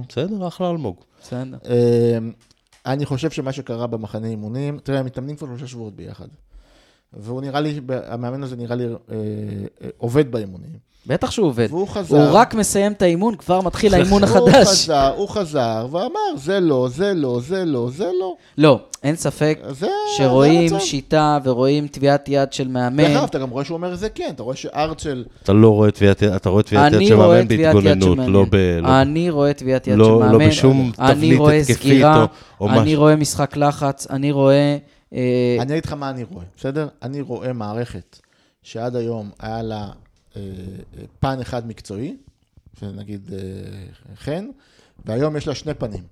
S1: בסדר, אחלה אלמוג.
S2: בסדר.
S3: אמ, אה, אני חושב שמה שקרה במחנה אימונים, תראה, הם מתאמנים כבר שלושה שבועות ביחד. והוא נראה לי, המאמן הזה נראה לי אה, אה, עובד באימונים.
S2: בטח שהוא עובד.
S3: והוא חזר.
S2: הוא רק מסיים את האימון, כבר מתחיל האימון
S3: הוא
S2: החדש.
S3: חזר, הוא חזר, ואמר, זה לא, זה לא, זה לא, זה לא.
S2: לא, אין ספק
S3: אז זה... אה, זה
S2: שרואים
S3: המצב.
S2: שיטה ורואים טביעת יד של
S3: דרך
S2: מאמן.
S3: אגב, אתה גם רואה שהוא אומר את זה כן, אתה רואה שארצ'ל...
S1: אתה לא רואה טביעת יד, אתה רואה טביעת יד
S2: אני
S1: של
S2: רואה
S1: מאמן
S2: טביעת יד של
S1: בהתגוננות,
S2: מאמן.
S1: לא ב... לא-
S2: אני רואה טביעת יד של
S1: לא- לא
S2: מאמן.
S1: בשום
S2: אני
S1: תבנית
S2: רואה
S1: התקפית
S2: סגירה,
S1: או- או
S2: אני
S1: משהו.
S2: רואה משחק לחץ, אני רואה... אה,
S3: אני אגיד לך מה אני רואה, בסדר? אני רואה מערכת שעד היום היה לה אה, אה, פן אחד מקצועי, נגיד אה, חן, והיום יש לה שני פנים.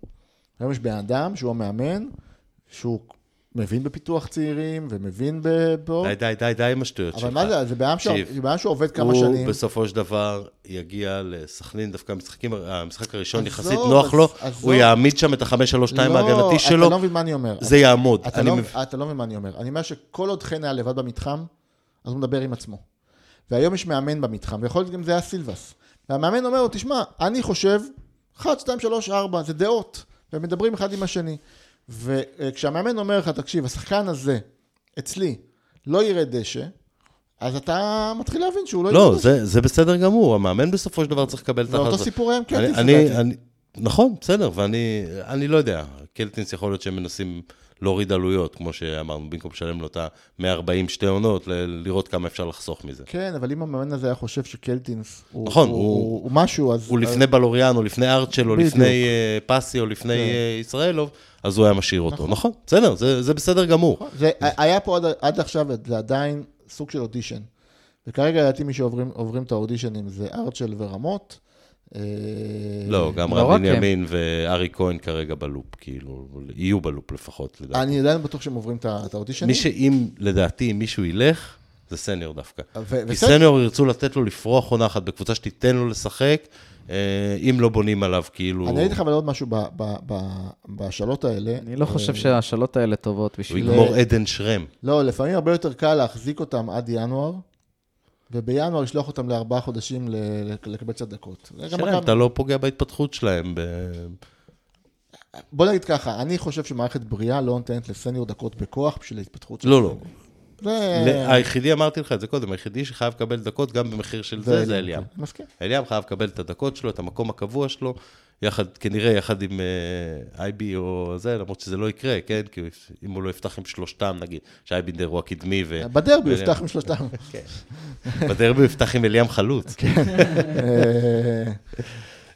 S3: היום יש בן אדם שהוא המאמן, שהוא מבין בפיתוח צעירים ומבין ב... בו,
S1: די, די, די, די עם השטויות שלך.
S3: אבל מה זה, זה בן אדם שהוא-
S1: תקשיב.
S3: זה בן אדם שעובד כמה
S1: הוא
S3: שנים.
S1: בסופו של דבר יגיע לסכנין, דווקא המשחקים, המשחק הראשון
S3: עזוב,
S1: יחסית
S3: אז-
S1: נוח לו,
S3: עזוב.
S1: הוא יעמיד שם את החמש, שלוש, שתיים
S3: לא,
S1: ההגנתי
S3: אתה לא
S1: שלו,
S3: מבין מה אני אומר.
S1: זה יעמוד.
S3: אתה,
S1: אני
S3: לא,
S1: מב-
S3: אתה לא מבין מה אני אומר. אני אומר שכל עוד חן היה לבד במתחם, אז הוא מדבר עם עצמו. והיום יש מאמן במתחם, ויכול להיות גם זה היה סילבס. והמאמן אומר לו, תשמע, אני חושב, 1, 2, 3, 4, זה דעות, והם מדברים אחד עם השני. וכשהמאמן אומר לך, תקשיב, השחקן הזה, אצלי, לא יראה דשא, אז אתה מתחיל להבין שהוא לא יראה
S1: לא,
S3: דשא.
S1: זה- זה בסדר גמור, המאמן בסופו של דבר צריך לקבל את
S3: ואותו
S1: ההחלטה.
S3: סיפור היה עם
S1: אני-
S3: קלטינס,
S1: אני-
S3: לדעתי.
S1: אני- נכון, בסדר, ואני אני לא יודע. קלטינס יכול להיות שהם מנסים להוריד עלויות, כמו שאמרנו, במקום לשלם לו את ה-140 שתי עונות, ל- לראות כמה אפשר לחסוך מזה.
S3: כן, אבל אם המאמן הזה היה חושב שקלטינס הוא,
S1: נכון,
S3: הוא,
S1: הוא-
S3: הוא, הוא משהו, אז...
S1: הוא לפני בלוריאן, או לפני ארצ'ל, או
S3: בדיוק.
S1: לפני אה, פסי, או לפני אה, ישראלוב, אז הוא היה משאיר אותו. נכון, בסדר, זה זה בסדר גמור.
S3: זה היה פה עד, עד עכשיו, זה עדיין סוג של אודישן. וכרגע לדעתי מי שעוברים עוברים את האודישנים זה ארצ'ל ורמות. אה,
S1: לא, גם
S2: לא רק
S1: רן
S2: הם.
S1: בנימין וארי כהן כרגע בלופ, כאילו, יהיו בלופ לפחות, לדעתי.
S3: אני עדיין בטוח שהם עוברים את ה- את האודישנים.
S1: לא. מי שאם, לדעתי, אם מישהו ילך, זה סניור דווקא.
S3: ו-
S1: כי
S3: וסניור-
S1: סניור ירצו לתת לו לפרוח עונה אחת בקבוצה שתיתן לו לשחק, אה, אם לא בונים עליו, כאילו...
S3: אני אגיד לך אבל עוד משהו ב- ב- ב- בשאלות האלה.
S2: אני לא
S3: אה,
S2: חושב שהשאלות האלה טובות
S1: הוא
S2: בשביל...
S1: יגמור עדן שרם.
S3: לא, לפעמים הרבה יותר קל להחזיק אותם עד ינואר, ובינואר לשלוח אותם לארבעה חודשים ל- ל- לקבל קצת דקות. זה גם
S1: שרם,
S3: מכבי.
S1: אתה לא פוגע בהתפתחות שלהם. ב-
S3: בוא נגיד ככה, אני חושב שמערכת בריאה לא נותנת לסניור דקות בכוח בשביל ההתפתחות שלו.
S1: לא, לא.
S3: זה...
S1: ל- אה, היחידי, אמרתי לך את זה קודם, היחידי שחייב לקבל דקות גם במחיר של זה, זה אליאם.
S3: אני מסכים.
S1: אליאם חייב לקבל את הדקות שלו, את המקום הקבוע שלו, יחד, כנראה יחד עם אה, אייבי או זה, למרות שזה לא יקרה, כן? כי הוא יפ- אם הוא לא יפתח עם שלושתם, נגיד, שאייבינדר הוא הקדמי,
S3: בדרבי הוא
S1: ו-
S3: יפתח עם שלושתם.
S1: ובדרבי כן. הוא יפתח עם אליאם חלוץ.
S3: אה,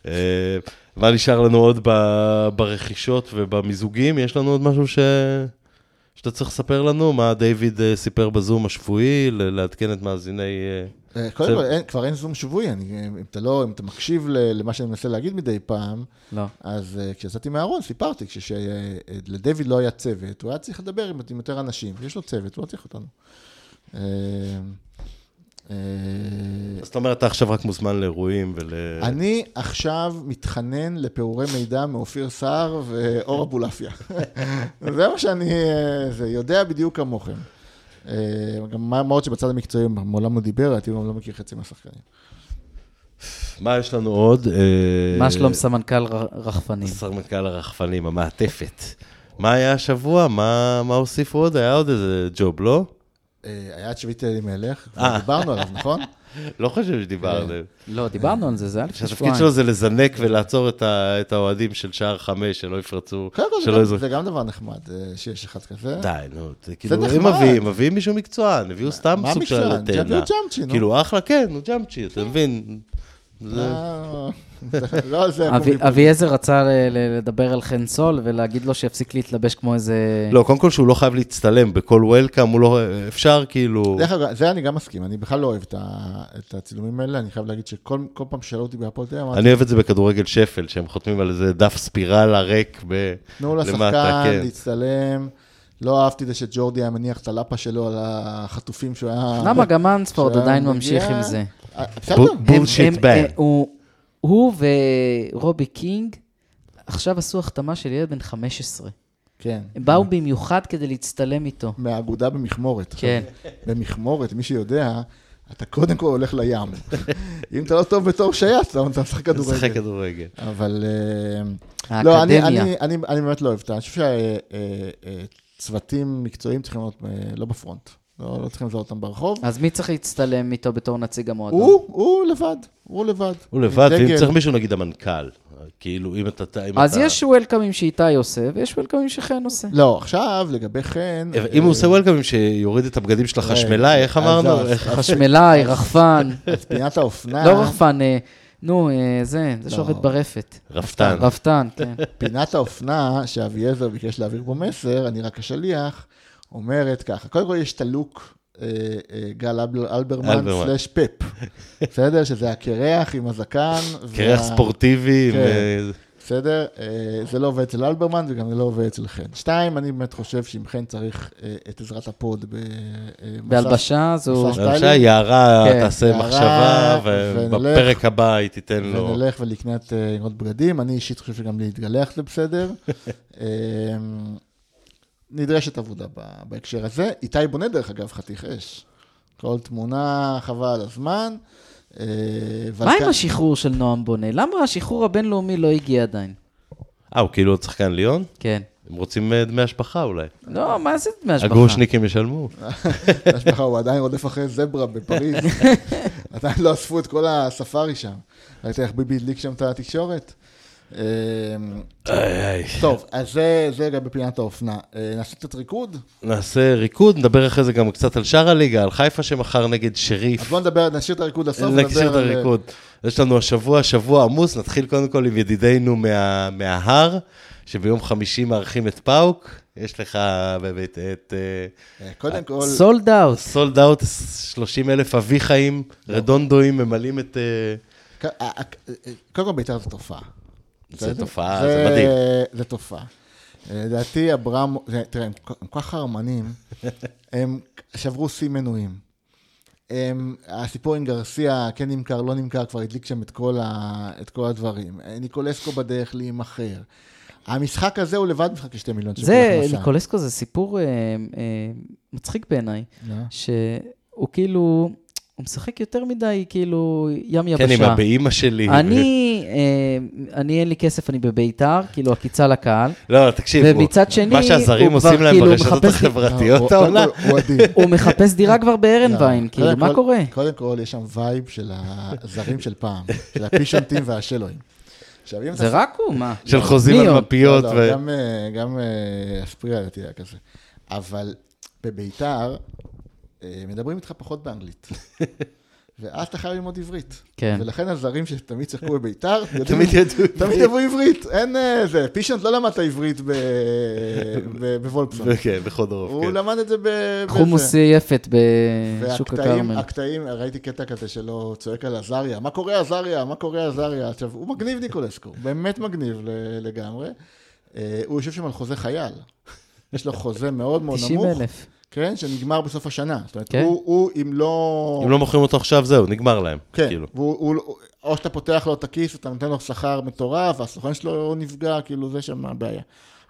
S1: אה, מה נשאר לנו עוד ב- ברכישות ובמיזוגים? יש לנו עוד משהו ש... שאתה צריך לספר לנו? מה דיוויד אה, סיפר בזום השבועי, ל- לעדכן את מאזיני... אה,
S3: אה, קודם כל, אין- כבר אין זום שבועי, אני- אם אתה לא, אם אתה מקשיב ל- למה שאני מנסה להגיד מדי פעם,
S2: לא.
S3: אז אה, כשיצאתי מהארון סיפרתי, כשלדויד לא היה צוות, הוא היה צריך לדבר עם עם יותר אנשים, יש לו צוות, הוא לא צריך אותנו. אה, אה,
S1: אז אתה אומר, אתה עכשיו רק מוזמן לאירועים ול...
S3: אני עכשיו מתחנן לפעורי מידע מאופיר סער ואור
S1: (laughs)
S3: אבולעפיה. זה מה שאני אה, זה, יודע בדיוק כמוכם. אה, גם מה מאוד שבצד המקצועי הוא מעולם לא דיבר, הייתי גם לא מכיר חצי מהשחקנים.
S1: מה יש לנו עוד? אה,
S2: מה שלום סמנכ"ל ר- רחפנים?
S1: סמנכ"ל הרחפנים, המעטפת. מה היה השבוע? מה, מה הוסיפו עוד? היה עוד איזה ג'וב, לא?
S3: אה, היה את שביט אלימלך,
S1: אה.
S3: כבר דיברנו עליו,
S1: (laughs)
S3: נכון?
S1: לא חושב שדיברתם.
S2: לא, דיברנו על זה, זה היה לפני
S1: שהתפקיד
S2: שבועיים.
S1: שלו זה לזנק ולעצור את, ה, את האוהדים של שער חמש, שלא יפרצו,
S3: קודם כל, זה
S1: שלא
S3: גם-
S1: יזרקו.
S3: זה גם דבר נחמד, אה, שיש אחד כזה.
S1: די, נו, זה כאילו,
S3: נחמד.
S1: הם מביאים, מביאים מישהו מקצוען, הביאו סתם
S3: מה
S1: סוג של
S3: מקצוען?
S1: תאנה.
S3: ג'אבי הוא ג'אמצ'י, נו.
S1: כאילו, אחלה, כן, הוא ג'אמצ'י, אתה מבין? זה-
S3: אה, (laughs) לא, זה...
S2: אבי- אביעזר רצה ל- ל- לדבר על חן סול ולהגיד לו שיפסיק להתלבש כמו איזה...
S3: כן.
S1: לא, קודם כל שהוא לא חייב להצטלם בכל וולקאם, הוא לא... אפשר כאילו...
S3: דרך אגב, זה אני גם מסכים, אני בכלל לא אוהב את ה- את הצילומים האלה, אני חייב להגיד שכל כל פעם שאלו אותי בהפועל תל אביב, אמרתי,
S1: אני אוהב את זה בכדורגל שפל, שהם חותמים על איזה דף ספירלה ריק ב...
S3: תנו
S1: למטה,
S3: לשחקן
S1: כן.
S3: להצטלם. לא אהבתי זה שג'ורדי היה מניח את הלפה שלו על החטופים שהוא היה...
S2: למה גם אנספורד
S3: שהוא היה
S2: עדיין
S3: מגיע?
S2: ממשיך עם זה?
S3: אה, בסדר.
S1: בול-
S2: הם-
S1: Bullshit
S2: הם-
S1: ban.
S2: אה, הוא- הוא ורובי קינג עכשיו עשו החתמה של ילד בן 15.
S3: כן.
S2: הם באו במיוחד כדי להצטלם איתו.
S3: מהאגודה במכמורת.
S2: כן.
S3: עכשיו, במכמורת, מי שיודע, אתה קודם כל הולך לים. אם אתה לא טוב בתור שייט, אתה אתה משחק
S1: לשחק
S3: כדורגל.
S1: כדורגל.
S3: אבל... אה, לא, אני-
S2: האקדמיה.
S3: אני- אני אה, אני באמת אה, לא אוהב את ה... אני חושב שצוותים מקצועיים צריכים להיות אה, לא בפרונט. לא לא צריכים לזהות אותם ברחוב.
S2: אז מי צריך להצטלם איתו בתור נציג המועדון?
S3: הוא, הוא לבד, הוא לבד.
S1: הוא לבד,
S3: עם
S1: ואם
S3: דגל.
S1: צריך מישהו, נגיד המנכ"ל. כאילו, אם אתה... אם
S2: אז
S1: אתה-
S2: יש וולקאמים שאיתי עושה, ויש וולקאמים שחן עושה.
S3: לא, עכשיו, לגבי חן...
S1: אה,
S3: אה,
S1: אם הוא עושה וולקאמים, שיוריד את הבגדים של החשמלאי, איך
S3: כן, אז
S1: אמרנו?
S3: אז-
S1: (laughs) איך-
S3: אז-
S2: חשמלאי,
S3: (laughs)
S2: רחפן,
S3: אז פינת האופנה,
S2: לא רחפן, אה, נו, אה, זה,
S3: לא.
S2: זה שעובד ברפת.
S1: רפתן.
S2: רפתן,
S3: (laughs)
S2: כן.
S3: פינת האופנה שאביעזר ביקש להעביר פה מסר, אני רק השליח, אומרת ככה, קודם כל יש את הלוק אה, אה, גל אל- אלברמן
S1: אלברמן.
S3: סלאש פפ,
S1: (laughs)
S3: בסדר? שזה הקרח עם הזקן.
S1: קרח
S3: וה-
S1: ספורטיבי.
S3: כן.
S1: ו-
S3: בסדר? אה, זה לא עובד אצל אלברמן וגם זה לא עובד אצל חן. שתיים, אני באמת חושב שאם חן צריך אה, את עזרת הפוד ב- אה, מסע-
S2: בהלבשה זו...
S3: מסע סטיילים?
S1: עכשיו יערה
S2: כן,
S1: תעשה
S3: יערה,
S1: מחשבה,
S3: ונלך.
S1: ובפרק הבא היא תיתן לו...
S3: ונלך ולקנות אה, לקנות בגדים. אני אישית חושב שגם להתגלח זה
S1: (laughs)
S3: בסדר. אה, נדרשת עבודה ב- בהקשר הזה. איתי בונה, דרך אגב, חתיך אש. כל תמונה חבל על הזמן. אה,
S2: מה
S3: ולקן-
S2: עם
S3: (laughs)
S2: השחרור של נועם בונה? למה השחרור הבינלאומי לא הגיע עדיין?
S1: אה, הוא כאילו עוד שחקן ליון?
S2: כן.
S1: הם רוצים אה, דמי השבחה אולי.
S2: לא, מה זה דמי השבחה?
S1: הגרושניקים ישלמו.
S3: השבחה, הוא עדיין רודף אחרי זברה בפריז.
S2: (laughs)
S3: (laughs) עדיין לא אספו את כל הספארי שם. ראית איך ביבי הדליק שם את התקשורת? אה,
S1: איי, איי.
S3: טוב, אז זה- זה לגבי פינת האופנה. אה, נעשה קצת ריקוד?
S1: נעשה ריקוד, נדבר אחרי זה גם קצת על שאר הליגה, על חיפה שמחר נגד שריף.
S3: אז בוא נדבר, נשאיר את הריקוד לסוף.
S1: נקשיר את
S3: נדבר על- אה,
S1: הריקוד. יש לנו השבוע, שבוע עמוס, נתחיל קודם כל עם ידידינו מה, מההר, שביום חמישי מארחים את פאוק. יש לך באמת את
S3: אה, קודם כל,
S2: סולד אאוט.
S1: סולד אאוט, 30 אלף אביחיים, רדונדואים, ממלאים את... אה,
S3: ק- אה, אה, אה, קודם כל בית"ר זו תופעה.
S1: זה
S3: בסדר?
S1: תופעה, זה מדהים.
S3: זה תופעה. אה, לדעתי אברהם, זה- תראה, הם כל- הם כל כך
S1: (laughs)
S3: חרמנים, הם שברו שיא מנויים. הם, הסיפור עם גרסיה, כן נמכר, לא נמכר, כבר הדליק שם את כל, ה, את כל הדברים. אה, ניקולסקו בדרך להימכר. המשחק הזה הוא לבד משחק לשתי מיליון שקל.
S2: זה,
S3: הכנסה.
S2: ניקולסקו זה סיפור אה, אה, מצחיק בעיניי,
S3: נו.
S2: שהוא כאילו, הוא משחק יותר מדי, כאילו, ים יבשה.
S1: כן, עם הבאימא שלי.
S2: אני, אה, אני אין לי כסף, אני בביתר, כאילו עקיצה לקהל,
S1: (laughs) לא, תקשיב, הוא-
S2: ומצד שני,
S1: מה שהזרים
S2: הוא כבר
S1: עושים להם
S2: כאילו
S1: ברשתות
S2: מחפש-
S3: אה, הוא-
S1: החברתיות
S3: קודם
S1: העונה,
S3: כל, הוא אדיר.
S1: (laughs)
S3: (laughs)
S2: הוא מחפש דירה כבר בארנביין,
S3: לא,
S2: כאילו,
S3: קודם
S2: מה
S3: כל-
S2: קורה?
S3: קודם כל, יש שם וייב של הזרים של פעם, של הפישונטים והשלואים. עכשיו, אם
S2: זה
S3: אתה-
S2: רק הוא, מה?
S1: של חוזים
S2: ניאון.
S1: על מפיות.
S3: לא, לא,
S1: ו- (laughs)
S3: גם, אה, גם אה, אספריה לדעתי היה כזה. אבל בביתר, אה, מדברים איתך פחות באנגלית. ואז אתה חייב ללמוד עברית.
S2: כן.
S3: ולכן הזרים שתמיד שיחקו
S2: (laughs)
S3: בביתר,
S1: תמיד ידעו.
S3: תמיד ידעו עברית. אין אה, זה, פישונט לא למד את העברית ב- ב- בוולפסון.
S1: כן, בחודרוב,
S3: הוא לא-
S1: כן.
S3: למד את זה ב... בזה.
S2: חומוס יפת בשוק
S3: והקטעים,
S2: הכרמל.
S3: הקטעים, ראיתי קטע כזה שלו צועק על עזריה, מה קורה עזריה? מה קורה עזריה? עכשיו, הוא מגניב ניקולסקו, (laughs) באמת מגניב ל- לגמרי. אה, הוא יושב שם על חוזה חייל. יש לו חוזה מאוד מאוד
S2: 90
S3: נמוך.
S2: אלף.
S3: כן, שנגמר בסוף השנה. זאת אומרת,
S2: כן.
S3: הוא, הוא, אם לא...
S1: אם לא מוכרים אותו עכשיו, זהו, נגמר להם.
S3: כן,
S1: כאילו.
S3: והוא, הוא, או שאתה פותח לו את הכיס, אתה נותן לו שכר מטורף, והסוכן שלו נפגע, כאילו זה שם הבעיה.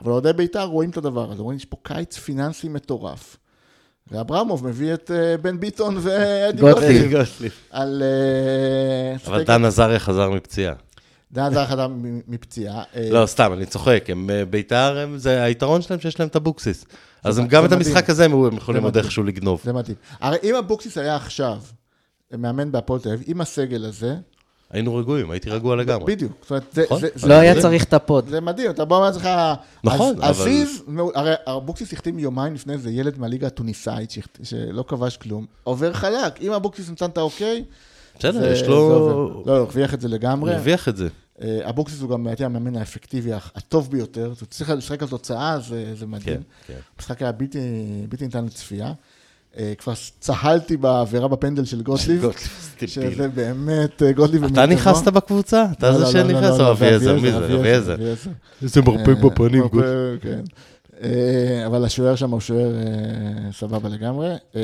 S3: אבל אוהדי בית"ר רואים את הדבר הזה, רואים שיש פה קיץ פיננסי מטורף. ואברמוב מביא את אה, בן ביטון ואדי
S2: גוטליב.
S3: (laughs) גוטליב.
S1: גוטליב.
S3: על... אה,
S1: אבל
S3: סטייק-
S1: דן עזריה חזר מפציעה.
S3: דן זר חזר מ- מפציעה. אה,
S1: לא, סתם, אני צוחק. הם אה, בית"ר, הם- זה היתרון שלהם שיש להם את אבוקסיס. אז הם
S3: זה
S1: גם את
S3: מדהים.
S1: המשחק הזה הם הם יכולים
S3: זה
S1: עוד
S3: מדהים.
S1: איכשהו לגנוב.
S3: זה מתאים. הרי אם אבוקסיס היה עכשיו מאמן בהפועל תל אביב, עם הסגל הזה,
S1: היינו רגועים, הייתי רגוע לגמרי.
S3: אה, בדיוק. זאת אומרת, זה...
S1: נכון.
S3: זה- זה
S2: לא היה
S3: מדהים.
S2: צריך את הפוד.
S3: זה מדהים, אתה בא ואומר לעצמך...
S1: נכון,
S3: אז-
S1: אבל-
S3: עזיז, מעול- הרי אבוקסיס החתים יומיים לפני זה ילד מהליגה התוניסאית שהחת- שלא כבש כלום, עובר חלק. אם אבוקסיס נתן את האוקיי,
S1: בסדר,
S3: זה-
S1: יש
S3: זה
S1: לו...
S3: עובר. לא, לא, הרוויח את זה
S1: הוא
S3: לגמרי.
S1: הרוויח את זה.
S3: אה, אבוקסיס הוא גם לדעתי המאמן האפקטיבי הח- הטוב ביותר, אתה צריך לשחק על תוצאה, זה, זה מדהים.
S1: כן, כן.
S3: המשחק היה בלתי, בלתי ניתן לצפייה. אה, כבר צהלתי בעבירה בפנדל של גוטליב, שזה באמת לא, אה, גוטליב
S1: אתה נכנסת בקבוצה? אתה זה שנכנס? או אביעזר? מי זה? אביעזר. איזה
S3: אה, מרפק, כן. אה, אבל השוער שם הוא שוער אה, סבבה לגמרי. אה,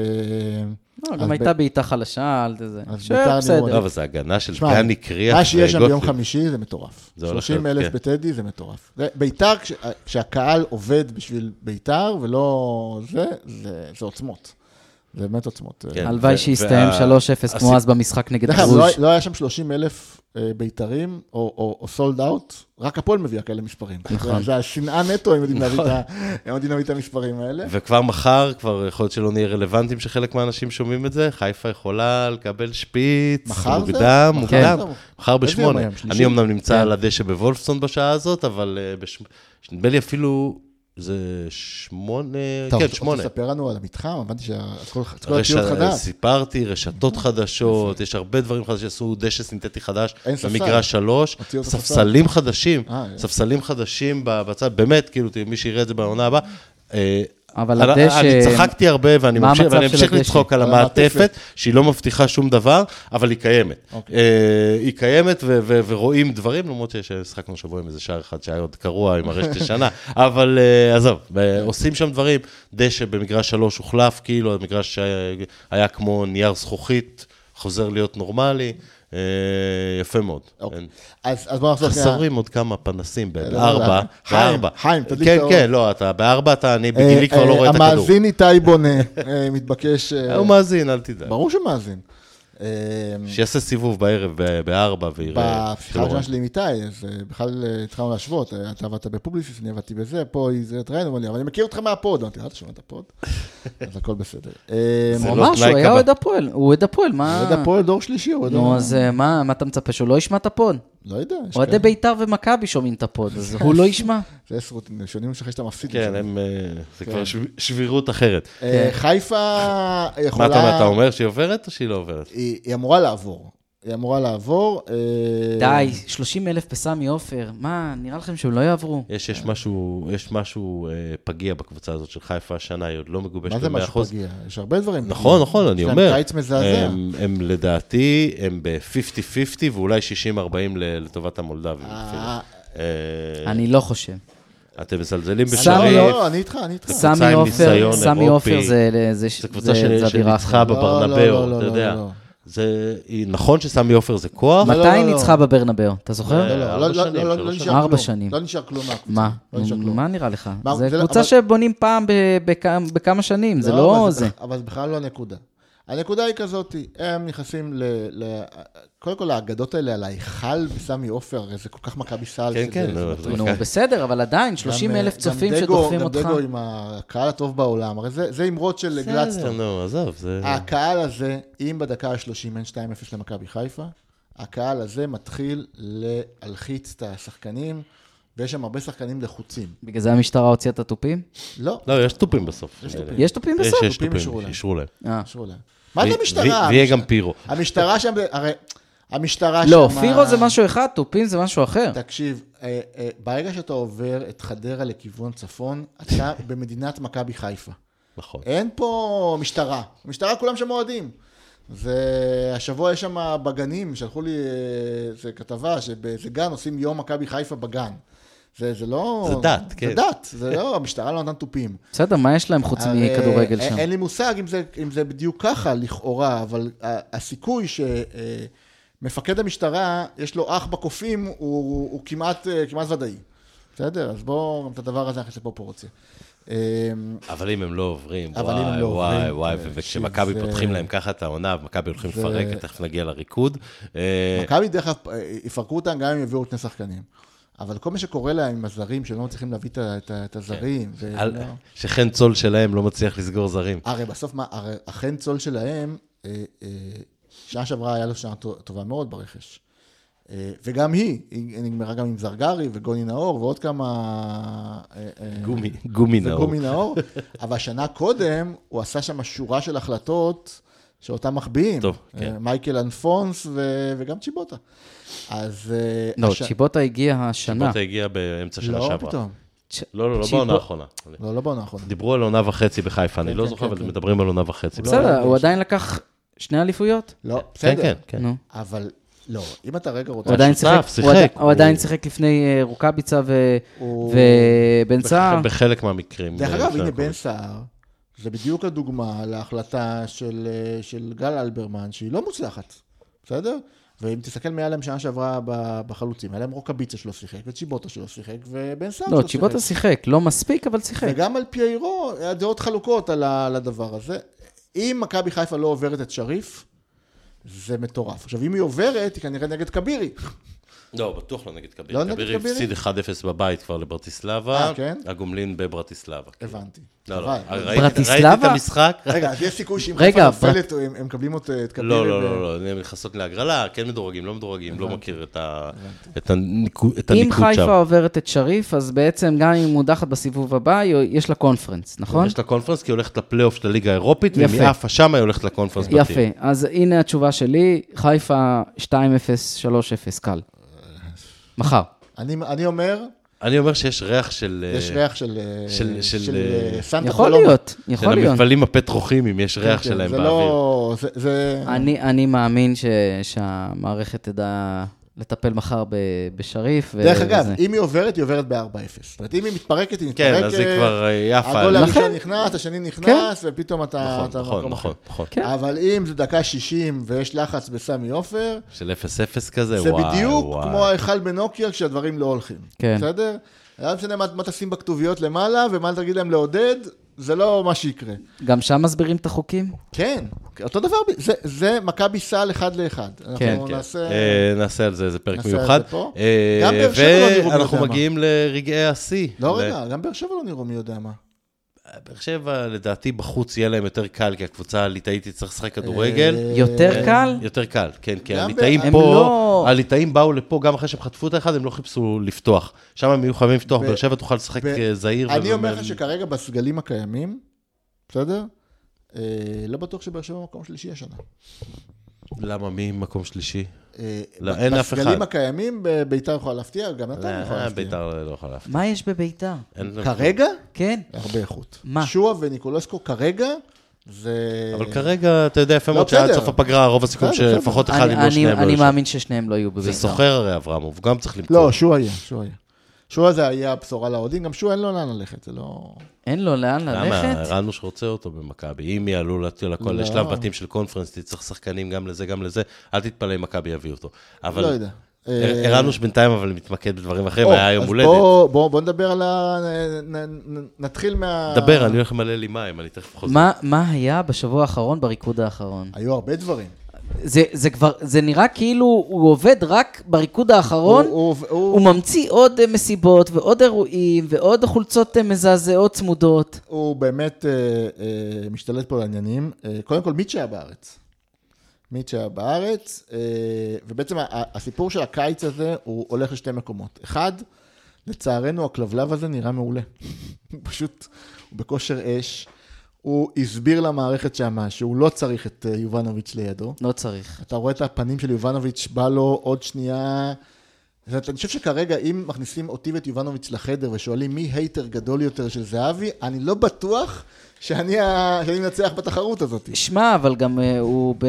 S2: לא,
S3: אז
S2: גם
S3: ב-
S2: הייתה בעיטה חלשה, אל תזה.
S3: אז ביתר
S2: שוער,
S3: אני
S1: לא,
S2: בסדר.
S3: רואה.
S1: אבל זה הגנה של
S3: תשמע,
S1: דני קריח.
S3: מה שיש שם ביום
S1: וגוטליב.
S3: חמישי זה מטורף.
S1: זה הולך
S3: 30
S1: להיות,
S3: אלף
S1: כן.
S3: בטדי זה מטורף. זה- ביתר, כש- כשהקהל עובד בשביל ביתר ולא זה, זה זה עוצמות. זה באמת עוצמות. אה,
S1: כן,
S2: הלוואי
S1: ו-
S2: שיסתיים
S1: וה-
S2: 3-0 כמו
S1: הסיפ-
S2: אז במשחק נגד
S3: דרך אגב, לא
S2: חרוז'.
S3: היה- לא היה שם 30 אלף אה, בית"רים, או סולד אאוט, רק הפועל מביאה כאלה מספרים.
S2: נכון.
S3: זה השנאה נטו, הם יודעים להביא את ה-
S1: נכון.
S3: הם יודעים להביא את המספרים האלה.
S1: וכבר מחר, כבר יכול להיות שלא נהיה רלוונטיים שחלק מהאנשים שומעים את זה, חיפה יכולה לקבל שפיץ,
S3: מחר זה?
S1: מוקדם,
S3: מחר
S1: מוקדם,
S3: זה?
S1: מחר
S3: איזה יום
S1: בשמונה.
S3: היום? שלישי?
S1: אני אמנם נמצא
S2: כן.
S1: על הדשא בוולפסון בשעה הזאת, אבל אה, בש- נדמה לי אפילו, זה שמונה,
S3: טוב,
S1: כן,
S3: אתה
S1: שמונה.
S3: רוצה לספר לנו על המתחם? הבנתי שהכל הכל
S1: רש...
S3: הציוד חדש.
S1: סיפרתי, רשתות חדשות, יש הרבה דברים חדשים, עשו דשא סינתטי חדש,
S3: אין ספסל.
S1: במגרש שלוש,
S3: הוציאו את הספסל.
S1: ספסלים חדשים,
S3: אה, אה.
S1: ספסלים חדשים ב- בצד, באמת, כאילו, מי שיראה את זה בעונה הבאה. אה,
S2: אבל
S1: אני-
S2: הדשא-
S1: אני צחקתי הרבה, ואני
S2: מה
S1: ממשיך-
S2: המצב
S1: ואני
S2: של
S1: אמשיך
S2: הדשא?
S1: לצחוק על
S3: על המעטפת.
S1: המעטפת, שהיא לא מבטיחה שום דבר, אבל היא קיימת.
S3: אוקיי.
S1: אה, היא קיימת ו- ו- ורואים דברים, למרות ששחקנו השבוע עם איזה שער אחד שהיה עוד קרוע עם
S3: (laughs)
S1: הרשת ישנה, אבל אה, עזוב, אה, עושים שם דברים. דשא במגרש שלוש הוחלף, כאילו המגרש שהיה- היה כמו נייר זכוכית, חוזר להיות נורמלי, אה, יפה מאוד.
S3: אוקיי.
S1: אין-
S3: אז אז בואו נחזור
S1: חסרים עוד כמה פנסים ב-
S3: לא,
S1: בארבע,
S3: לא, חיים,
S1: בארבע.
S3: חיים, תדליק
S1: כן,
S3: את האור.
S1: כן, לא, אתה בארבע, אתה, אני
S3: אה,
S1: בגילי כבר
S3: אה,
S1: לא רואה את הכדור.
S3: המאזין איתי בונה, אה, מתבקש... אה,
S1: הוא מאזין, אל תדאג.
S3: ברור שמאזין. אה,
S1: שיעשה סיבוב בערב ב- בארבע ויראה.
S3: בשיחה
S1: שלא
S3: הראשונה
S1: רואה.
S3: שלי עם איתי, אז אה, בכלל אה, התחלנו להשוות, אה, אתה עבדת בפובליסיס, אני עבדתי בזה, פה היא- זה התראינו, אבל אני- אבל אני מכיר אותך מהפוד, אמרתי, אה, אתה שומע את
S1: (laughs)
S3: הפוד? אז הכל בסדר. אה,
S1: זה
S2: הוא
S1: לא
S2: אמר
S1: תנאי
S2: שהוא היה
S1: קבע.
S2: אוהד הפועל, הוא אוהד הפועל, מה...
S3: אוהד הפועל דור שלישי, אוהד...
S2: אה. נו, אז אה, מה מה אתה מצפה, שהוא לא ישמע את הפוד?
S3: לא יודע, יש
S2: אוהדי
S3: כאלה.
S2: בית"ר ומכבי שומעים את הפוד, אז הוא
S3: (laughs)
S2: לא ישמע.
S3: זה עשרות, שונים שאחרי שאתה מפסיד.
S1: כן,
S3: משהו.
S1: הם, אה, זה כבר שב- שבירות אחרת.
S3: אה, חיפה יכולה...
S1: מה אתה אומר, אתה אומר שהיא עוברת או שהיא לא עוברת?
S3: היא היא אמורה לעבור. היא אמורה לעבור. אה,
S2: די, 30 אלף בסמי עופר, מה, נראה לכם שהם לא יעברו?
S1: יש,
S3: אה.
S1: יש משהו, יש משהו אה, פגיע בקבוצה הזאת של חיפה השנה, היא עוד לא מגובשת
S3: מה זה
S1: ב-100%.
S3: משהו פגיע? יש הרבה דברים.
S1: נכון,
S3: פגיע.
S1: נכון, אני
S3: יש להם
S1: אומר. אה,
S3: קיץ מזעזע.
S1: הם, הם לדעתי, הם ב-50-50 ואולי 60-40 ל- לטובת המולדבים. אפילו.
S3: אה,
S1: אה,
S2: אני לא חושב.
S1: אתם מזלזלים
S2: סמי
S3: לא,
S1: בשריף,
S3: לא, אני איתך, אני איתך.
S1: קבוצה
S2: סמי
S1: עם
S2: עופר,
S1: ניסיון
S2: סמי
S1: אירופי.
S2: עופר זה- זה זה
S1: זו קבוצה ש-
S2: זה אווירה
S1: שניצחה
S2: אחרת.
S3: לא, לא, לא, לא,
S1: בברנבאו, אתה יודע.
S3: לא, לא.
S1: זה, נכון שסמי עופר זה כוח,
S3: לא, לא,
S2: מתי היא
S3: לא.
S2: ניצחה בברנבאו, אתה
S1: אה,
S2: זוכר?
S3: לא, לא,
S1: ארבע
S3: לא, לא,
S1: שנים,
S3: לא, לא
S1: שלוש
S3: נשאר
S1: שנים.
S3: כלום.
S2: ארבע שנים.
S3: לא נשאר כלום מהקבוצה.
S2: מה?
S3: לא נשאר כלום.
S2: מה נראה לך?
S3: מה, זה
S2: זה
S3: לא-
S2: קבוצה
S3: אבל-
S2: שבונים פעם ב- בכ- בכמה שנים, זה
S3: אבל
S2: לא זה.
S3: בכ- אבל זה בכלל לא הנקודה. הנקודה היא כזאת, הם נכנסים ל... ל- קודם כל, האגדות האלה על ההיכל בסמי עופר, הרי זה כל כך מכבי סל.
S1: כן,
S3: שזה-
S1: כן,
S3: זה
S1: לא,
S3: מטורף.
S1: זה
S2: נו,
S1: אוקיי.
S2: בסדר, אבל עדיין, 30
S3: גם, אה,
S2: אלף
S3: גם
S2: צופים
S3: דגו-
S2: שדוחפים
S3: גם
S2: אותך.
S3: דגו עם הקהל הטוב בעולם, הרי זה זה אמרות של
S1: בסדר,
S3: גלדסטון.
S1: נו, לא, עזוב, זה...
S3: אה. הקהל הזה, אם בדקה ה-30 אין 2-0 למכבי חיפה, הקהל הזה מתחיל להלחיץ את השחקנים, ויש שם הרבה שחקנים לחוצים.
S2: בגלל זה המשטרה הוציאה את התופים?
S3: לא,
S1: לא, יש תופים בסוף.
S3: יש תופים.
S2: יש תופים
S1: יש,
S2: בסוף?
S1: יש
S3: תופים אישרו
S1: תופים,
S3: להם.
S1: אישרו להם.
S2: אה.
S3: קשור לה. מה זה
S1: ו-
S3: המשטרה?
S1: ו- ויהיה גם פירו.
S3: המשטרה שם, הרי המשטרה שם...
S2: לא, פירו זה משהו אחד, תופים זה משהו אחר.
S3: תקשיב, אה, אה, ברגע שאתה עובר את חדרה לכיוון צפון, אתה במדינת מכבי חיפה.
S1: נכון.
S3: אין פה משטרה. משטרה כולם שם אוהדים. זה... השבוע יש שם בגנים, שלחו לי אה, איזה כתבה שבאיזה גן עושים יום מכבי חיפה בגן. זה, זה לא...
S1: זה דת, כן.
S3: זה דת, זה לא, המשטרה לא נתן תופים.
S2: בסדר, מה יש להם חוץ
S3: הרי
S2: מכדורגל
S3: אה, אין-
S2: שם?
S3: אין לי מושג אם זה, אם זה בדיוק ככה, לכאורה, אבל ה- הסיכוי שמפקד המשטרה, יש לו אח בקופים, הוא, הוא, הוא כמעט, אה, כמעט ודאי. בסדר, אז בואו גם את הדבר הזה נכניס לפרופורציה. אמ,
S1: אבל אם הם לא עוברים,
S3: אבל אם הם
S1: וואי,
S3: לא
S1: וואי,
S3: עוברים,
S1: וואי,
S3: תקשיב,
S1: וכשמכבי
S3: זה-
S1: פותחים להם ככה את העונה, ומכבי הולכים
S3: זה-
S1: לפרק, ותכף נגיע לריקוד. אה,
S3: מכבי דרך אגב, אה, יפרקו אותם גם אם יביאו שני שחקנים. אבל כל מה שקורה להם עם הזרים, שהם לא מצליחים להביא את ה- את ה- את הזרים, ו-
S1: כן. על-
S3: לא. אה,
S1: שחן צול שלהם לא מצליח לסגור זרים.
S3: הרי בסוף, מה, הרי החן צול שלהם, אה, אה, שנה שעברה היה לו שנה טו- טובה מאוד ברכש. אה, וגם היא, היא נגמרה גם עם זרגרי וגוני נאור ועוד כמה... אה, אה,
S1: גומי, גומי נאור.
S3: וגומי נאור. (laughs) אבל השנה קודם, הוא עשה שם שורה של החלטות שאותן מחביאים.
S1: טוב, כן.
S3: אה, מייקל אנפונס ו- וגם צ'יבוטה. אז... אה,
S2: לא,
S3: הש-
S2: צ'יבוטה הגיע השנה.
S1: אתה הגיע באמצע שנה
S3: לא,
S1: שעברה.
S3: פתאום.
S2: צ'-
S1: לא, לא, לא
S2: צ'יבוט-
S1: בעונה האחרונה.
S3: לא, לא בעונה האחרונה.
S1: דיברו על עונה וחצי בחיפה, אני
S3: כן,
S1: לא
S3: כן,
S1: זוכר,
S3: כן,
S1: אבל
S3: כן.
S1: מדברים על עונה וחצי.
S2: בסדר, הוא עדיין לקח שני אליפויות?
S3: לא,
S1: כן,
S3: בסדר.
S1: כן, אה, כן.
S2: נו.
S3: אבל לא, אם אתה רגע רוצה...
S2: הוא עדיין
S1: שותף,
S2: שיחק,
S1: שיחק,
S2: הוא עדיין-
S1: הוא-
S2: הוא עדיין שיחק לפני אה, רוקאביצה ו-
S3: הוא-
S2: ובן
S1: בח-
S2: סער.
S1: בחלק מהמקרים.
S3: דרך
S1: אה,
S3: אגב,
S1: לפני
S3: הנה
S1: הכל.
S3: בן סער, זה בדיוק הדוגמה להחלטה של, אה, של גל אלברמן, שהיא לא מוצלחת, בסדר? ואם תסתכל מי היה להם שנה שעברה ב- בחלוצים, היה להם רוקאביצה שלא שיחק, וצ'יבוטה שלא שיחק, ובן סער
S2: לא,
S3: שלא
S2: צ'יבוטה שיחק, לא מספיק, אבל שיחק.
S3: אה, וגם על פיירו, הדעות חלוקות על ה- על הדבר הזה. אם מכבי חיפה לא עוברת את שריף, זה מטורף. עכשיו, אם היא עוברת, היא כנראה נגד כבירי.
S1: לא, בטוח לא נגד כבירי.
S3: לא נגד כבירי?
S1: הפסיד 1-0 בבית כבר לברטיסלבה.
S3: אה, כן?
S1: הגומלין בברטיסלבה.
S3: הבנתי.
S1: לא, לא,
S3: חבל.
S1: ראיתי-
S2: ברטיסלבה?
S1: ראיתי את המשחק.
S3: רגע, אז יש סיכוי שאם
S2: רגע,
S3: חיפה נופלת, הם הם מקבלים אותה- את כבירי?
S1: (laughs) לא, לא,
S3: ב-
S1: לא, לא, הן נכנסות להגרלה, כן מדורגים, לא מדורגים, לא מכיר את ה- את הניקוד את
S2: אם
S1: הניקוד שם.
S2: חיפה עוברת את שריף, אז בעצם גם אם היא מודחת בסיבוב הבא, היא- יש לה קונפרנס, נכון?
S1: יש לה קונפרנס, כי היא הולכת לפלייאוף של הליגה האירופית,
S2: יפה.
S1: ומי עפה שם היא הולכת לקונפרנס בתים.
S2: יפה, אז הנה התשובה שלי, חיפה 2-0, 3-0, קל. מחר.
S3: אני- אני אומר,
S1: אני אומר שיש ריח של...
S3: יש
S1: אה,
S3: ריח של אה,
S1: של- של-
S3: של, אה, סנטה
S2: יכול
S3: קולומה.
S2: להיות, יכול
S1: של
S2: להיות.
S1: המפעלים הפטרוכימיים, יש ריח
S3: כן,
S1: שלהם
S3: זה
S1: באוויר.
S3: לא... זה- זה...
S2: אני, אני מאמין ש, שהמערכת תדע לטפל מחר ב, בשריף. ו-
S3: דרך אגב,
S2: וזה.
S3: אם היא עוברת, היא עוברת ב-4-0. זאת אומרת, אם היא מתפרקת, היא מתפרקת.
S1: כן, אז זה כבר אה, יפה.
S3: הגול הראשון
S2: לכן-
S3: נכנס, השני נכנס, ופתאום אתה...
S1: נכון,
S3: אה, אתה
S1: נכון,
S3: במקום
S1: נכון,
S3: אחר.
S1: נכון.
S2: כן.
S3: אבל אם זה דקה 60 ויש לחץ בסמי עופר,
S1: של 0-0 כזה,
S3: זה
S1: וואי, וואי.
S3: בדיוק כמו ההיכל בנוקיה כשהדברים לא הולכים.
S2: כן.
S3: בסדר? לא משנה מה מה תשים בכתוביות למעלה ומה תגיד להם לעודד, זה לא מה שיקרה.
S2: גם שם מסבירים את החוקים?
S3: כן, אותו דבר, ב- זה- זה מכבי סל אחד לאחד.
S2: כן,
S3: אנחנו
S1: כן.
S3: נעשה...
S1: אה, נעשה על זה איזה פרק
S3: נעשה על
S1: מיוחד.
S3: זה פה.
S1: אה,
S3: גם באר שבע לא נראו מי
S1: ואנחנו
S3: יודע מה.
S1: מגיעים לרגעי השיא.
S3: לא,
S1: ל-
S3: רגע, גם באר שבע לא נראו מי יודע מה.
S1: באר שבע, לדעתי, בחוץ יהיה להם יותר קל, כי הקבוצה הליטאית תצטרך לשחק כדורגל.
S3: אה,
S2: יותר קל?
S1: יותר קל, כן, כי
S3: גם
S1: הליטאים
S3: ב- הם
S1: פה,
S2: לא-
S1: הליטאים באו לפה, גם אחרי שהם חטפו את האחד, הם לא חיפשו לפתוח. שם הם יהיו חייבים לפתוח,
S3: ב-
S1: באר שבע תוכל לשחק
S3: ב-
S1: אה, זהיר.
S3: אני
S1: ו-
S3: אומר לך שכרגע בסגלים הקיימים, בסדר? אה, לא בטוח שבאר שבע במקום שלישי השנה.
S1: למה, מי מקום שלישי?
S3: אה,
S1: לא,
S3: ב-
S1: אין אף אחד.
S3: בסגלים הקיימים, ב- ביתר יכולה להפתיע, גם נתן יכולה
S1: אה,
S3: לא להפתיע.
S1: ביתר לא יכולה להפתיע.
S2: מה יש בביתר?
S1: אין להם-
S3: כרגע?
S2: כן.
S3: הרבה איכות.
S2: מה?
S3: שועה וניקולסקו כרגע, זה...
S1: אבל כרגע, אתה יודע יפה
S3: לא,
S1: מאוד שעד
S3: בסדר.
S1: סוף הפגרה, רוב הסיכום
S3: בסדר, בסדר.
S1: שלפחות אחד,
S2: אני,
S1: אם לא
S2: אני,
S1: שניהם לא
S2: אני
S1: יהיו שם.
S2: מאמין ששניהם לא יהיו בביתר.
S1: זה סוחר הרי אברמוב, גם צריך למכור.
S3: לא, שועה יהיה, שועה יהיה. שועה זה היה הבשורה לאוהדים, גם שועה אין לו לאן ללכת, זה לא...
S2: אין לו לאן
S1: למה?
S2: ללכת?
S1: רנוש רוצה אותו במכבי. אם יעלו להטיל הכל
S3: לא.
S1: לשלב בתים של קונפרנס, תצטרך שחקנים גם לזה, גם לזה, אל תתפלא אם מכבי יביאו אותו. אבל...
S3: לא יודע.
S1: אה,
S3: אה,
S1: רנוש בינתיים אבל מתמקד בדברים אחרים,
S3: או,
S1: היה יום
S3: אז
S1: הולדת.
S3: בוא- בוא בוא נדבר על ה... נ- נ- נ- נתחיל מה...
S1: דבר, אני הולך למלא לי מים, אני תכף חוזר.
S2: מה, מה היה בשבוע האחרון בריקוד האחרון?
S3: היו הרבה דברים.
S2: זה, זה כבר, זה נראה כאילו הוא עובד רק בריקוד האחרון,
S3: הוא- הוא- הוא-
S2: הוא ממציא עוד אה, מסיבות ועוד אירועים ועוד חולצות אה, מזעזעות צמודות.
S3: הוא באמת אה, אה, משתלט פה על העניינים. אה, קודם כל, מיץ' היה בארץ. מיץ' היה בארץ, אה, ובעצם ה- ה- הסיפור של הקיץ הזה, הוא הולך לשתי מקומות. אחד, לצערנו, הכלבלב הזה נראה מעולה. (laughs) הוא פשוט, הוא בכושר אש. הוא הסביר למערכת שמה שהוא לא צריך את אה, יובנוביץ' לידו.
S2: לא צריך.
S3: אתה רואה את הפנים של יובנוביץ', בא לו עוד שנייה. זאת אומרת, אני חושב שכרגע, אם מכניסים אותי ואת יובנוביץ' לחדר ושואלים מי הייטר גדול יותר של זהבי, אני לא בטוח שאני ה- שאני מנצח בתחרות הזאת.
S2: שמע, אבל גם אה, הוא, ב...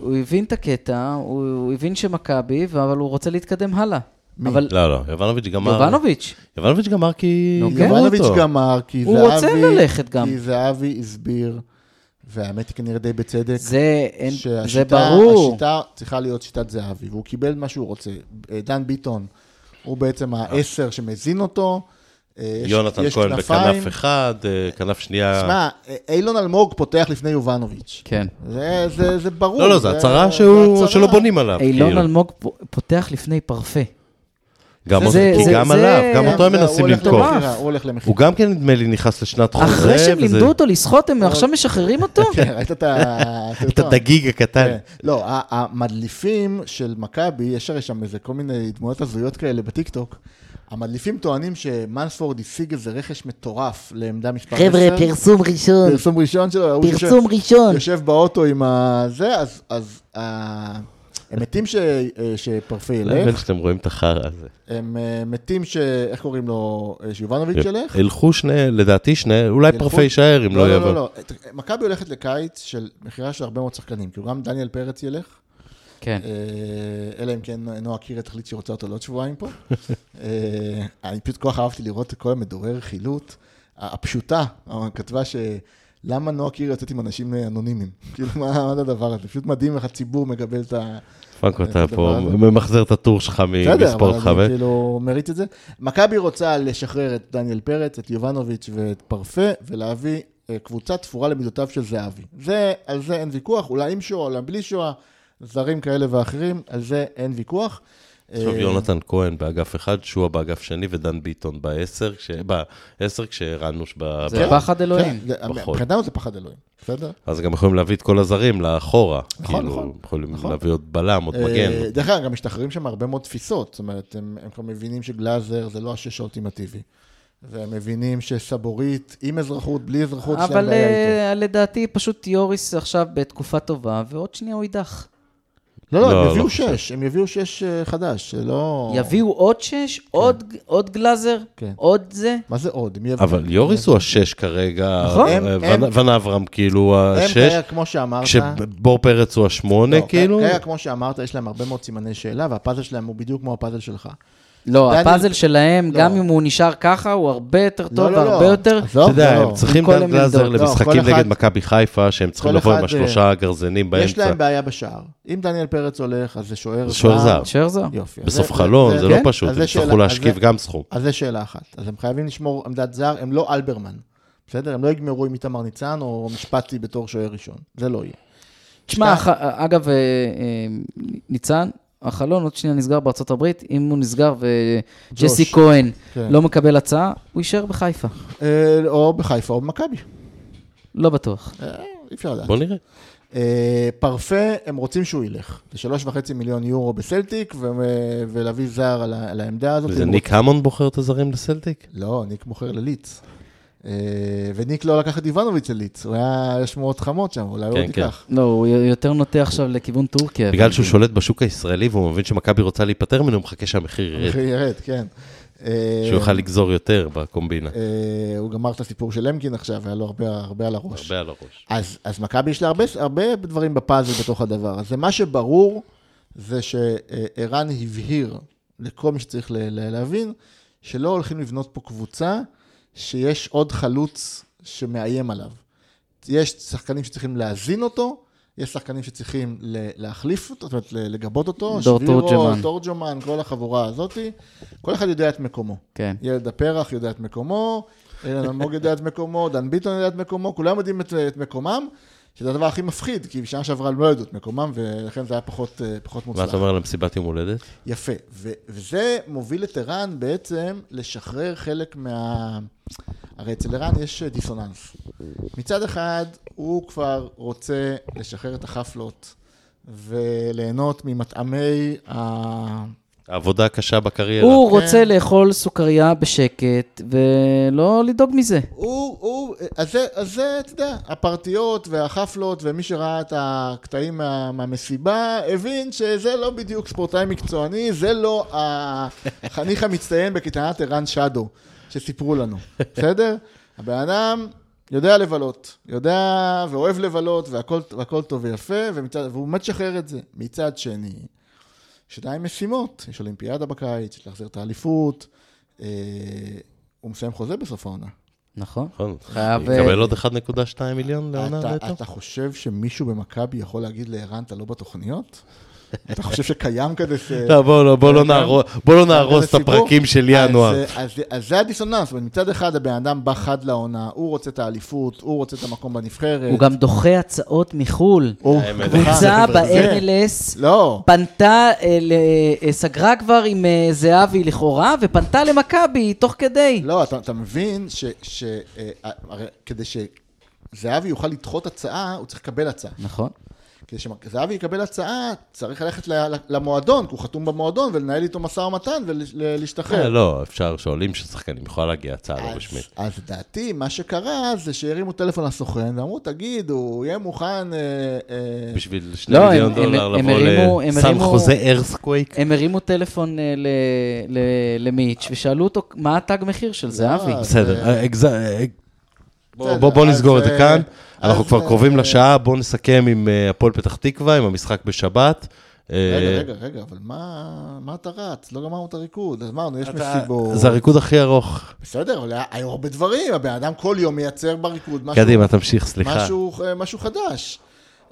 S2: הוא הבין את הקטע, הוא, הוא הבין שמכבי, אבל הוא רוצה להתקדם הלאה.
S3: מי?
S2: אבל
S1: לא, לא, יובנוביץ' גמר.
S2: יובנוביץ',
S1: יובנוביץ' גמר כי...
S2: נו, כן.
S1: גמרו
S3: יובנוביץ'
S1: אותו.
S3: גמר, כי
S2: הוא
S3: זהבי...
S2: רוצה ללכת גם.
S3: כי זהבי הסביר, והאמת היא כנראה די בצדק,
S2: זה, אין, זה
S3: שהשיטה
S2: ברור.
S3: השיטה צריכה להיות שיטת זהבי, והוא קיבל מה שהוא רוצה. אה, דן ביטון הוא בעצם העשר שמזין אותו. אה, יש-
S1: אה. יונתן
S3: יש
S1: כהן
S3: כנפיים.
S1: בכנף אחד, אה, כנף שנייה...
S3: תשמע, אילון אלמוג פותח לפני יובנוביץ'.
S2: כן.
S3: זה, זה, זה ברור.
S1: לא, לא, זו הצהרה שהוא-
S3: הצהרה.
S1: שלא בונים עליו.
S2: אילון
S1: כאילו.
S2: אלמוג פ- פותח לפני פרפה.
S1: גם
S2: זה-
S1: אותו-
S2: זה-
S1: כי
S2: זה-
S1: גם
S2: זה-
S1: עליו, גם
S3: כן,
S1: אותו הם
S3: זה-
S1: מנסים
S3: הוא הולך
S1: למכור.
S2: למכור.
S3: למכירה, הוא הולך למכירה.
S1: הוא גם כן, נדמה לי, נכנס לשנת חוזה.
S2: אחרי שהם
S1: וזה-
S2: לימדו אותו לשחות, הם עכשיו משחררים אותו?
S3: כן, ראית את ה...
S1: (laughs) את הדגיג הקטן.
S3: כן. לא, ה- המדליפים של מכבי, יש הרי שם איזה כל מיני דמויות הזויות כאלה בטיקטוק. המדליפים טוענים שמנספורד השיג איזה רכש מטורף לעמדה מספר 10.
S4: חבר'ה, פרסום ראשון.
S3: פרסום ראשון שלו. ההוא
S4: פרסום
S3: יושב-
S4: ראשון.
S3: יושב באוטו עם ה... זה, אז... אז ה- הם מתים ש- אה, שפרפה
S1: לא מבין
S3: ילך,
S1: שאתם רואים את החרא הזה.
S3: הם אה, מתים ש... איך קוראים לו? אה, שיובנוביץ' ילך?
S1: ילכו שני, לדעתי שני, אולי
S3: ילכו?
S1: פרפה יישאר אם לא
S3: לא, לא,
S1: יבוא.
S3: לא, לא. מכבי הולכת לקיץ של מכירה של הרבה מאוד שחקנים, כי גם דניאל פרץ ילך,
S2: כן.
S3: אה, אלא אם כן נועה קירל תחליט שהיא רוצה אותו לעוד שבועיים
S1: (laughs)
S3: פה. אה, אני פשוט כל כך אהבתי לראות את כל המדורר חילוט. הפשוטה, אה, כתבה ש... למה נועה קירל יוצאת עם אנשים אה, אנונימיים? (laughs) כאילו, מה מה זה הדבר הזה? פשוט מדהים איך הציבור מגבל את ה...
S1: פאנקו, אתה
S3: הדבר
S1: פה
S3: הזה.
S1: ממחזר את הטור שלך מ-
S3: בסדר,
S1: מספורט
S3: אבל
S1: חמש.
S3: אני כאילו מריץ את זה. מכבי רוצה לשחרר את דניאל פרץ, את יובנוביץ' ואת פרפה, ולהביא אה, קבוצה תפורה למידותיו של זהבי. זה, על זה אין ויכוח, אולי עם שואה, אולי בלי שואה, זרים כאלה ואחרים, על זה אין ויכוח.
S1: עכשיו
S3: אה,
S1: יונתן כהן באגף אחד, שועה באגף שני ודן ביטון בעשר, כש- בעשר כשרן נוש ב...
S2: זה
S1: ב-
S2: פחד אלוהים.
S3: כן, זה-
S1: פחות.
S3: מבחינתנו זה פחד אלוהים, בסדר?
S1: אז גם יכולים להביא את כל הזרים לאחורה.
S3: נכון,
S1: כאילו,
S3: נכון,
S1: יכולים
S3: נכון.
S1: להביא עוד בלם, עוד מגן.
S3: אה, דרך אגב, גם משתחררים שם הרבה מאוד תפיסות. זאת אומרת, הם, הם כבר מבינים שגלאזר זה לא השש האולטימטיבי. והם מבינים שסבורית, עם אזרחות, בלי אזרחות, שלהם
S2: אבל
S3: בעיה איתו.
S2: אה, לדעתי, פשוט יוריס עכשיו בתקופה טובה, ועוד שנייה הוא יידח.
S3: לא, לא,
S1: לא,
S3: הם
S1: לא
S3: יביאו
S1: חושב.
S3: שש, הם יביאו שש אה, חדש, שלא...
S2: יביאו עוד שש, עוד- עוד גלאזר,
S3: כן.
S2: עוד זה.
S3: מה זה עוד? מי יביאו?
S1: אבל יוריס הוא השש כרגע,
S2: נכון.
S1: אה,
S3: הם-
S1: ון-
S3: הם-
S1: ון אברהם כאילו
S3: הם
S1: השש,
S3: כרגע, כמו שאמרת...
S1: כשבור פרץ הוא השמונה
S3: לא,
S1: כאילו.
S3: כרגע, כמו שאמרת, יש להם הרבה מאוד סימני שאלה, והפאזל שלהם הוא בדיוק כמו הפאזל שלך.
S2: לא,
S3: דני-
S2: הפאזל שלהם,
S3: לא.
S2: גם אם הוא נשאר ככה, הוא הרבה יותר
S3: לא,
S2: טוב
S3: לא, לא.
S2: והרבה יותר...
S3: עזוב,
S1: אתה יודע,
S3: לא, לא.
S1: הם צריכים
S2: עם כל
S1: דן
S2: העמדות.
S1: גלאזר
S3: לא,
S1: למשחקים
S3: כל אחד-
S1: נגד מכבי חיפה, שהם צריכים
S3: כל
S1: לבוא עם
S3: אחד, אה,
S1: השלושה הגרזינים
S3: יש
S1: באמצע.
S3: להם בעיה בשער. אם דניאל פרץ הולך, אז זה שוער
S1: זה שוער זר.
S2: תשאר זר.
S3: יופי. אז
S1: בסוף חלון, זה לא
S3: כן?
S1: פשוט,
S3: אז
S1: הם
S3: זה
S1: יצטרכו
S3: שאלה-
S1: להשכיב
S3: אז
S1: גם סכום.
S3: זה- אז זה שאלה אחת. אז הם חייבים לשמור עמדת זר, הם לא אלברמן. בסדר? הם לא יגמרו עם איתמר ניצן או משפטי בתור שוער ראשון. זה לא יהיה.
S2: תשמע,
S3: שתיים.
S2: הח- אגב, אה, אה, ניצן, החלון עוד שנייה נסגר בארצות הברית, אם הוא נסגר וג'סי
S3: ג'וש.
S2: כהן
S3: כן.
S2: לא מקבל הצעה, הוא יישאר בחיפה.
S3: אה, או בחיפה או במכבי.
S2: לא בטוח.
S3: אה, אי אפשר לדעת.
S1: בוא נראה.
S3: אה, פרפה, הם רוצים שהוא ילך. זה שלוש וחצי מיליון יורו בסלטיק, ו- ולהביא זר על ה- על העמדה הזאת.
S1: זה
S3: הם
S1: ניק המון בוחר את הזרים לסלטיק?
S3: לא, ניק מוכר לליץ. אה, וניק לא לקח את איוונוביץ' לליץ, הוא היה, יש שמועות חמות שם, אולי הוא
S1: כן,
S3: עוד
S1: כן.
S3: ייקח.
S2: לא, הוא יותר נוטה עכשיו לכיוון טורקיה.
S1: בגלל שהוא שולט בשוק הישראלי והוא מבין שמכבי רוצה להיפטר ממנו, הוא מחכה שהמחיר ירד,
S3: המחיר (laughs) ירד, כן. אה,
S1: שהוא יוכל לגזור יותר בקומבינה.
S3: אה, הוא גמר את הסיפור של למקין עכשיו, היה לו הרבה, הרבה על הראש.
S1: הרבה על הראש.
S3: אז, אז מכבי יש לה הרבה, הרבה דברים בפאזל בתוך הדבר הזה. מה שברור זה שערן הבהיר לכל מי שצריך ל- ל- להבין, שלא הולכים לבנות פה קבוצה שיש עוד חלוץ שמאיים עליו. יש שחקנים שצריכים להזין אותו, יש שחקנים שצריכים ל- להחליף אותו, זאת אומרת, ל- לגבות אותו.
S2: דור תורג'מן.
S3: תורג'מן, כל החבורה הזאתי. כל אחד יודע את מקומו.
S2: כן.
S3: ילד הפרח יודע את מקומו, אילן אלמוג יודע את מקומו, דן ביטון יודע את מקומו, כולם יודעים את, את מקומם, שזה הדבר הכי מפחיד, כי בשנה שעברה הם לא ידעו את מקומם, ולכן זה היה פחות, אה, פחות
S1: מה
S3: מוצלח.
S1: אתה אומר על המסיבת יום הולדת?
S3: יפה. ו- וזה מוביל את ערן בעצם לשחרר חלק מה... הרי אצל ערן יש אה, דיסוננס. מצד אחד, הוא כבר רוצה לשחרר את החפלות וליהנות ממטעמי ה...
S1: העבודה הקשה בקריירה.
S2: הוא
S3: כן.
S2: רוצה לאכול סוכריה בשקט ולא לדאוג מזה.
S3: הוא, הוא, אז זה, אז זה, אתה יודע, הפרטיות והחפלות ומי שראה את הקטעים מה, מהמסיבה, הבין שזה לא בדיוק ספורטאי מקצועני, זה לא החניך המצטיין בקטענת ערן שדו, שסיפרו לנו, בסדר? הבן אדם יודע לבלות, יודע ואוהב לבלות, והכל, והכל טוב ויפה, ומצד, והוא באמת שחרר את זה. מצד שני, יש עדיין משימות, יש אולימפיאדה בקיץ, יש להחזיר את האליפות, אה, הוא מסיים חוזה בסוף העונה.
S2: נכון.
S1: נכון,
S2: חייב,
S1: יקבל עוד 1.2 מיליון לעונה
S3: אה, אתה,
S1: נטו?
S3: אתה חושב שמישהו במכבי יכול להגיד לערן, אתה לא בתוכניות? אתה חושב שקיים כזה ש...
S1: לא, בוא לא- בוא
S3: אה,
S1: לא נהרוס- בוא לא נהרוס את
S3: כזה סיפור?
S1: הפרקים של ינואר.
S3: אז, אז, אז זה הדיסוננס, זאת אומרת, מצד אחד הבן אדם בא חד לעונה, הוא רוצה את האליפות, הוא רוצה את המקום בנבחרת.
S2: הוא גם דוחה הצעות מחו"ל.
S3: הוא-
S1: האמת,
S3: הוא-
S2: קבוצה
S3: זה-
S2: ב-NLS
S3: לא.
S2: פנתה, אה, ל- אה, סגרה כבר עם אה, זהבי לכאורה, ופנתה למכבי תוך כדי.
S3: לא, אתה, אתה מבין ש... ש אה, הרי כדי שזהבי יוכל לדחות הצעה, הוא צריך לקבל הצעה.
S2: נכון.
S3: כדי שזהבי יקבל הצעה, צריך ללכת ל- למועדון, כי הוא חתום במועדון, ולנהל איתו משא ומתן ולהשתחרר.
S1: אה, לא, אפשר, שואלים של שחקנים, יכולה להגיע הצעה
S3: אה,
S1: לא רשמית.
S3: אז לדעתי, מה שקרה זה שהרימו טלפון לסוכן ואמרו, תגיד, הוא יהיה מוכן... אה, אה,
S1: בשביל שני
S2: לא,
S1: מיליון
S2: הם- הם-
S1: דולר
S2: הם
S1: לבוא
S2: הרימו- הם
S1: לסן
S2: הרימו-
S1: חוזה ארסקווייק.
S2: הם הרימו טלפון אה, ל- ל- למיץ' ושאלו אותו מה התג מחיר של זהבי.
S3: אז,
S1: בסדר,
S3: אה,
S1: אה, אגז- אה, בוא-
S3: בסדר,
S1: בוא בוא
S3: אז,
S1: נסגור את זה
S3: אה,
S1: כאן.
S3: אז,
S1: אנחנו כבר
S3: אה,
S1: קרובים
S3: אה,
S1: לשעה, בואו נסכם עם אה, הפועל פתח תקווה, עם המשחק בשבת. אה,
S3: רגע, רגע, רגע, אבל מה מה אתה רץ? לא גמרנו את הריקוד. אז אמרנו, יש
S1: אתה-
S3: מסיבות.
S1: זה הריקוד הכי ארוך.
S3: בסדר, אבל היה- היו הרבה דברים, הבן אדם כל יום מייצר בריקוד משהו
S1: קדימה, תמשיך, סליחה.
S3: משהו, משהו חדש.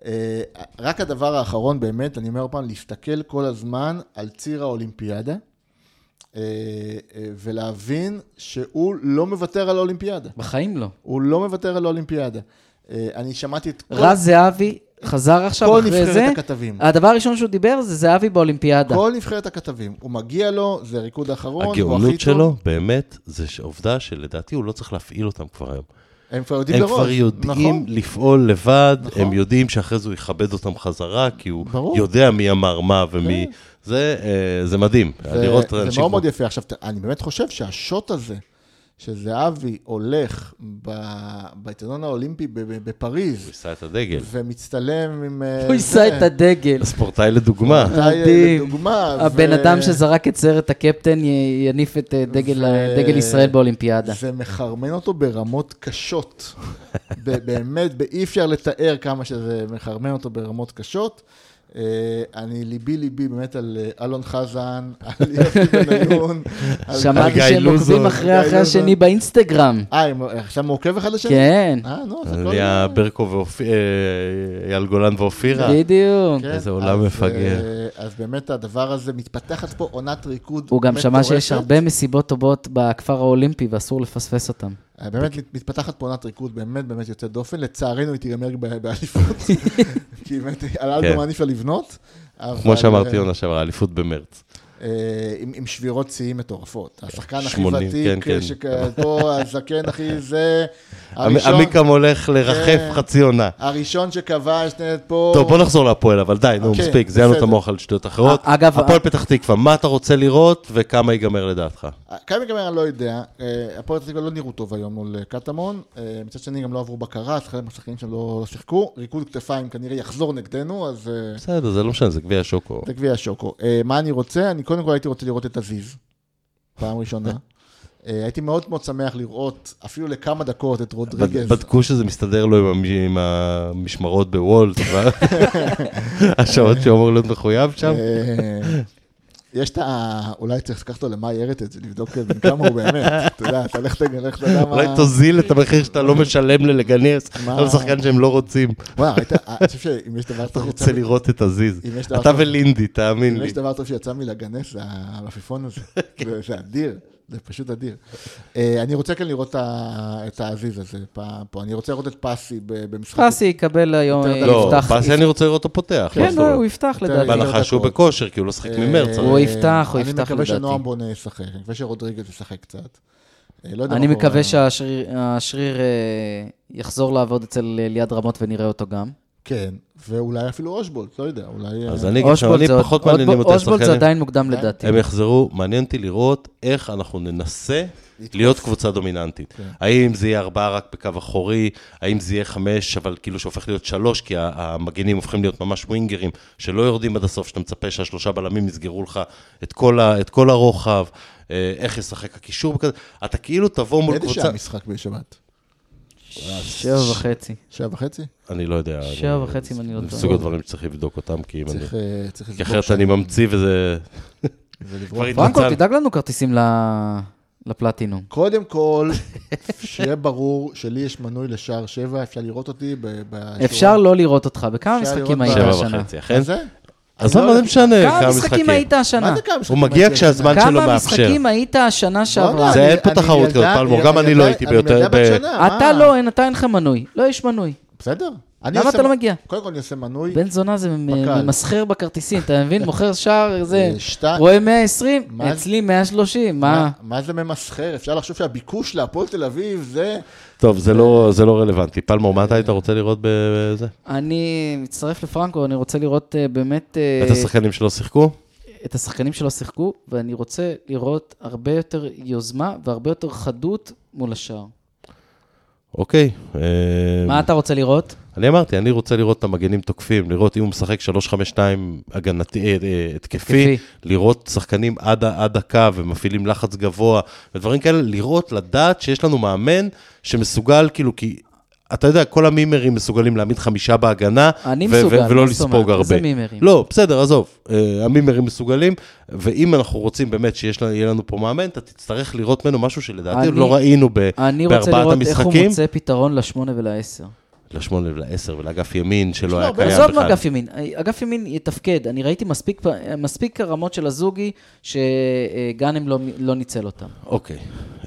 S3: אה, רק הדבר האחרון באמת, אני אומר פעם, להסתכל כל הזמן על ציר האולימפיאדה, אה, אה, ולהבין שהוא לא מוותר על האולימפיאדה.
S2: בחיים לא.
S3: הוא לא מוותר על האולימפיאדה. אה, אני שמעתי את כל,
S2: רז זהבי חזר עכשיו
S3: כל
S2: אחרי
S3: נבחרת
S2: זה.
S3: הכתבים.
S2: הדבר הראשון שהוא דיבר זה זהבי באולימפיאדה.
S3: כל נבחרת הכתבים. הוא מגיע לו, זה הריקוד האחרון, הוא הכי טוב.
S1: הגאונות שלו, באמת, זה ש- עובדה שלדעתי הוא לא צריך להפעיל אותם כבר היום.
S3: הם כבר יודעים
S1: הם
S3: מראש.
S1: כבר יודעים
S3: נכון?
S1: לפעול לבד,
S3: נכון.
S1: הם יודעים שאחרי זה הוא יכבד אותם חזרה, כי הוא
S3: ברור. כן.
S1: יודע מי אמר מה ומי... זה אה, זה מדהים,
S3: זה-
S1: לראות
S3: זה
S1: אנשים כמו...
S3: מאוד מאוד יפה. עכשיו, ת- אני באמת חושב שהשוט הזה, שזהבי הולך ב- בעיתונון האולימפי ב- ב- בפריז,
S1: הוא יישא את הדגל.
S3: ומצטלם עם... אה,
S2: הוא יישא את הדגל.
S1: הספורטאי לדוגמה.
S3: זה היה
S2: מדהים.
S3: לדוגמה, ו-
S2: הבן אדם שזרק את סרט הקפטן י- יניף את אה, דגל
S3: ו-
S2: דגל ישראל באולימפיאדה.
S3: זה מחרמן אותו ברמות קשות. ב- באמת, באי אפשר לתאר כמה שזה מחרמן אותו ברמות קשות. אה, אני ליבי ליבי באמת על אה, אלון חזן, על יוסי
S2: (laughs)
S3: בניון. על-
S2: שמעתי
S1: גיא
S2: שהם
S1: לוזון.
S2: עוקבים אחרי
S3: גיא
S2: אחרי
S3: לוזון.
S2: השני באינסטגרם.
S3: אה, הם- עכשיו הוא עוקב אחד לשני?
S2: כן,
S3: אה, נו, זה הכל...
S1: ליה ברקו ואופיר, אה, אייל גולן ואופירה.
S2: בדיוק.
S3: כן,
S1: איזה עולם
S3: אז,
S1: מפגר.
S3: אה, אז באמת הדבר הזה, מתפתחת פה עונת ריקוד
S2: הוא גם שמע שיש
S3: מטורפת.
S2: הרבה מסיבות טובות בכפר האולימפי ואסור לפספס אותן.
S3: אה, באמת מת- מתפתחת פה עונת ריקוד באמת באמת יוצאת דופן, לצערנו היא תיגמר ב-
S2: (laughs)
S3: באליפות, כי באמת על אלבומן אי אפשר לבנות. אבל,
S1: כן. כמו שאמרתי
S3: אה,
S1: עונה שעברה, אליפות במרץ.
S3: אה, עם עם שבירות שיאים מטורפות. השחקן הכי
S1: 80, כן,
S3: ותיק,
S1: כן.
S3: שפה הזקן הכי זה, הראשון-
S1: עמיקם הולך לרחף
S3: כן.
S1: חצי עונה.
S3: הראשון שכבש נגד פה,
S1: טוב, בוא נחזור להפועל, אבל די, נו,
S3: אוקיי,
S1: מספיק, זיינו את
S3: בסדר. אה-
S1: המוח על שטויות אחרות.
S2: א- אגב,
S1: הפועל פתח תקווה, מה אתה רוצה לראות וכמה ייגמר לדעתך?
S3: כמה ייגמר אני לא יודע, אה, הפועל פתח תקווה לא נראו טוב היום מול קטמון, אה, מצד שני גם לא עברו בקרה, אז חלק מהשחקנים שם לא שיחקו, ריקוד כתפיים כנראה יחזור נגדנו, אז אה,
S1: בסדר, זה לא משנה, זה גביע שוקו.
S3: זה גביע שוקו. אה, מה אני רוצה? אני קודם כל הייתי רוצה לראות את אביב, פעם ראשונה. אה, הייתי מאוד מאוד שמח לראות, אפילו לכמה דקות, את רודריגז.
S1: בד- בדקו שזה מסתדר לו עם המ- עם המשמרות בוולט,
S3: (laughs)
S1: ו- השעות שהוא אמור להיות מחויב שם.
S3: אה, יש את ה... אולי צריך לקחת אותו למאי ארטד, לבדוק אה, בן כמה הוא באמת. אתה יודע, אתה לך תגיד, לך תדע מה... אה,
S1: אולי תוזיל את המחיר שאתה לא משלם ללגנס
S3: מה?
S1: על שחקן שהם לא רוצים.
S3: וואי, ראית? אה, אני חושב שאם יש דבר
S1: אתה
S3: טוב...
S1: רוצה לראות את עזיז.
S3: אם יש דבר
S1: אתה
S3: טוב-
S1: ולינדי, תאמין
S3: אם
S1: לי. כן.
S3: יש דבר טוב שיצא מלגנס, זה
S1: (laughs)
S3: העפיפון הזה. זה- זה אדיר, זה פשוט אדיר. אה, אני רוצה כאן לראות את ה- את האביב הזה פעם פה. אני רוצה לראות את פסי ב- במשחק
S2: פסי יקבל היום,
S3: יותר
S2: אה,
S1: לא,
S2: יפתח.
S1: פסי אני רוצה לראות אותו פותח. מה
S2: כן,
S1: זאת
S2: לא,
S1: אומרת?
S2: הוא יפתח
S3: יותר-
S2: לדעתי.
S1: בהנחה שהוא
S3: דקות.
S1: בכושר, כי הוא לא שיחק ממרץ.
S3: אה,
S1: אבל-
S2: הוא יפתח, הוא יפתח
S3: אני מקווה
S2: לדעתי.
S3: שנועם בונה ישחק, אני מקווה שרודריגז ישחק קצת. אה, לא יודע
S2: אני
S3: מה קורה.
S2: מקווה שהשריר אה, יחזור לעבוד אצל אה, ליעד רמות ונראה אותו גם.
S3: כן, ואולי אפילו אושבולט, לא יודע, אולי...
S1: אז
S3: אה,
S1: אני אגיד שאני
S2: זה עוד-
S1: פחות
S2: עוד-
S1: מעניינים אותי
S2: אושבולט זה
S1: השחקנים.
S2: עדיין מוקדם לדעתי.
S1: הם יחזרו, מעניין אותי לראות איך אנחנו ננסה להיות קבוצה דומיננטית.
S2: כן.
S1: האם זה יהיה ארבעה רק בקו אחורי, האם זה יהיה חמש, אבל כאילו שהופך להיות שלוש, כי ה- המגנים הופכים להיות ממש ווינגרים, שלא יורדים עד הסוף, שאתה מצפה שהשלושה בלמים יסגרו לך את כל ה- את כל הרוחב, אה, איך ישחק הקישור וכזה. אתה כאילו תבוא מול
S3: באיזה
S1: קבוצה...
S3: שעה משחק בשבת?
S1: אה,
S2: שבע וחצי.
S3: שעה וחצי?
S1: אני לא יודע.
S2: שבע
S1: אני-
S2: וחצי, אם אני לא
S1: זה
S2: טועה.
S1: מסוג הדברים שצריך לבדוק אותם, כי אם אני...
S3: צריך אה, צריך
S1: כי
S3: לזרוק
S1: אחרת
S3: שם,
S1: אני ממציא וזה...
S3: זה לברוח.
S1: כבר
S2: פרנקו,
S1: התנצל.
S2: תדאג לנו כרטיסים ל- לפלטינום.
S3: קודם
S2: (laughs)
S3: כל, שיהיה ברור שלי יש מנוי לשער שבע, אפשר לראות אותי ב... בשיעור.
S2: אפשר לא לראות אותך, בכמה
S3: אפשר
S2: משחקים
S3: לראות
S2: היית
S1: שבע
S2: השנה?
S1: וחצי, אכן.
S3: מה זה?
S1: אז
S3: אני
S1: למה
S3: לא-
S1: זה משנה
S2: כמה משחקים היית השנה?
S3: מה זה כמה משחקים?
S1: הוא מגיע
S3: הייתי לא,
S1: כשהזמן
S2: כמה
S1: שלו מאפשר.
S2: משחקים היית השנה שעברה?
S1: זה
S3: אני-
S1: אין פה
S3: אני
S1: תחרות
S3: ילדה-
S1: כזאת, פלמור, גם
S3: ילדה-
S1: אני לא הייתי ביותר-
S3: אני ילדה
S1: ב-
S3: בת שנה.
S2: אתה
S3: מה?
S2: לא, אין, אתה אין לך מנוי. לא, יש מנוי.
S3: בסדר. אני
S2: למה
S3: עושה-
S2: אתה לא מגיע?
S3: קודם כל אני עושה מנוי.
S2: בן זונה זה
S3: בקהל.
S2: ממסחר בכרטיסים, אתה מבין? מוכר שער, זה...
S3: אה, שתיים-
S2: רואה 120,
S3: מה זה-
S2: אצלי 130, מה?
S3: מה- מה זה ממסחר? אפשר לחשוב שהביקוש להפועל תל אביב זה...
S1: טוב, זה לא, זה לא רלוונטי. פלמור, מה אתה היית רוצה לראות בזה?
S2: אני מצטרף לפרנקו, אני רוצה לראות אה, באמת אה,
S1: את השחקנים שלא שיחקו?
S2: את השחקנים שלא שיחקו, ואני רוצה לראות הרבה יותר יוזמה והרבה יותר חדות מול השער.
S1: אוקיי. אה,
S2: מה אתה רוצה לראות?
S1: אני אמרתי, אני רוצה לראות את המגנים תוקפים, לראות אם הוא משחק 3-5-2 הגנתי, אה, אה, התקפי,
S2: התקפי.
S1: לראות שחקנים עד, ה- עד הקו ומפעילים לחץ גבוה ודברים כאלה, לראות, לדעת שיש לנו מאמן שמסוגל, כאילו, כי... אתה יודע, כל המימרים מסוגלים להעמיד חמישה בהגנה,
S2: אני
S1: ו-
S2: מסוגל,
S1: ו- ולא
S2: מה זאת
S1: לספוג
S2: אומרת?
S1: הרבה.
S2: איזה מימרים?
S1: לא, בסדר, עזוב. אה, המימרים מסוגלים, ואם אנחנו רוצים באמת שיהיה לנו פה מאמן, אתה תצטרך לראות ממנו משהו שלדעתי
S2: אני-
S1: עוד לא ראינו ב-
S2: אני רוצה
S1: בארבעת
S2: לראות איך הוא
S1: המשחקים.
S2: מוצא פתרון לשמונה ולעשר.
S1: לשמונה ולעשר ולאגף ימין שלא היה
S3: הרבה-
S1: קיים
S2: עזוב
S1: בכלל.
S2: לא, מאגף ימין, אגף ימין יתפקד. אני ראיתי מספיק, פ- מספיק רמות של הזוגי שגאנם לא, לא ניצל אותם.
S1: אוקיי,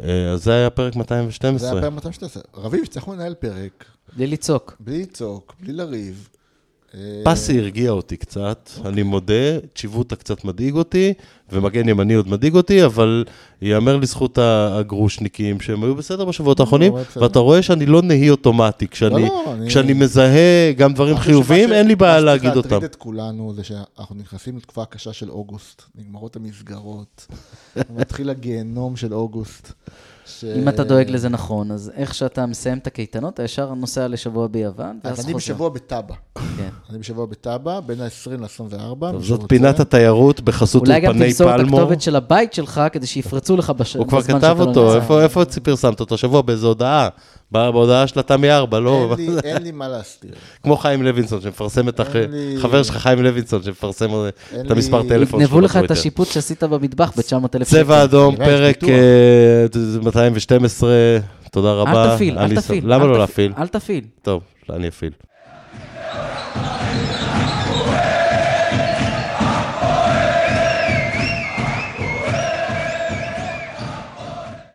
S1: אה, אז זה היה פרק
S3: זה היה
S1: 212.
S3: פעם 212. רביב, צריך לנהל פרק,
S2: בלי לצעוק.
S3: בלי לצעוק, בלי לריב. אה,
S1: פסי הרגיע אותי קצת, אני מודה, צ'יבוטה קצת מדאיג אותי, ומגן ימני עוד מדאיג אותי, אבל ייאמר לזכות ה- הגרושניקים שהם היו בסדר בשבועות האחרונים,
S3: הוא היה לא, בסדר.
S1: ואתה רואה שאני לא נהי אוטומטי, כשאני,
S3: לא, אני-
S1: כשאני מזהה גם דברים
S3: אני חושב
S1: חיוביים,
S3: שמה ש-
S1: אין לי
S3: מה
S1: בעיה
S3: שצריך
S1: להגיד אותם.
S3: להטריד את כולנו זה שאנחנו נכנסים לתקופה הקשה של אוגוסט,
S2: (laughs)
S3: נגמרות המסגרות, מתחיל הגיהנום של אוגוסט. ש-
S2: אם אתה דואג לזה נכון, אז איך שאתה מסיים את הקייטנות, אתה ישר נוסע לשבוע ביוון, ואז
S3: אז
S2: חוזר.
S3: אני בשבוע בטאבה.
S2: כן.
S3: אני בשבוע בטאבה, בין ה-20 ל-24.
S1: טוב, זאת פינת התיירות בחסות
S2: אולי גם
S1: אולפני
S2: תמסור את
S1: פלמור.
S2: הכתובת של הבית שלך, כדי שיפרצו לך בש...
S1: הוא כבר
S2: בזמן
S1: כתב
S2: שאתה לא
S1: אותו,
S2: נמצא.
S1: איפה- איפה צי- פרסמת אותו? שבוע באיזו הודעה. ב- בהודעה של התמי ארבע, לא?
S3: אין לי- אין לי מה להסתיר.
S1: כמו חיים לוינסון שמפרסם את
S3: אין לי-
S1: החבר שלך, חיים לוינסון, שמפרסם
S3: אין
S1: את המספר
S3: לי-
S1: טלפון שלו
S2: יגנבו לך את
S1: בטוויטר.
S2: השיפוט שעשית במטבח ב-900,000
S1: צבע אדום,
S3: נראה לי
S1: פרק
S3: פיתוח.
S1: אה, 212, תודה רבה.
S2: אל תפעיל,
S1: אני
S2: אל
S1: ס-
S2: תפעיל. אה.
S1: למה
S2: אל
S1: לא
S2: תפ-
S1: להפעיל?
S2: אל תפעיל.
S1: טוב, אני אפעיל.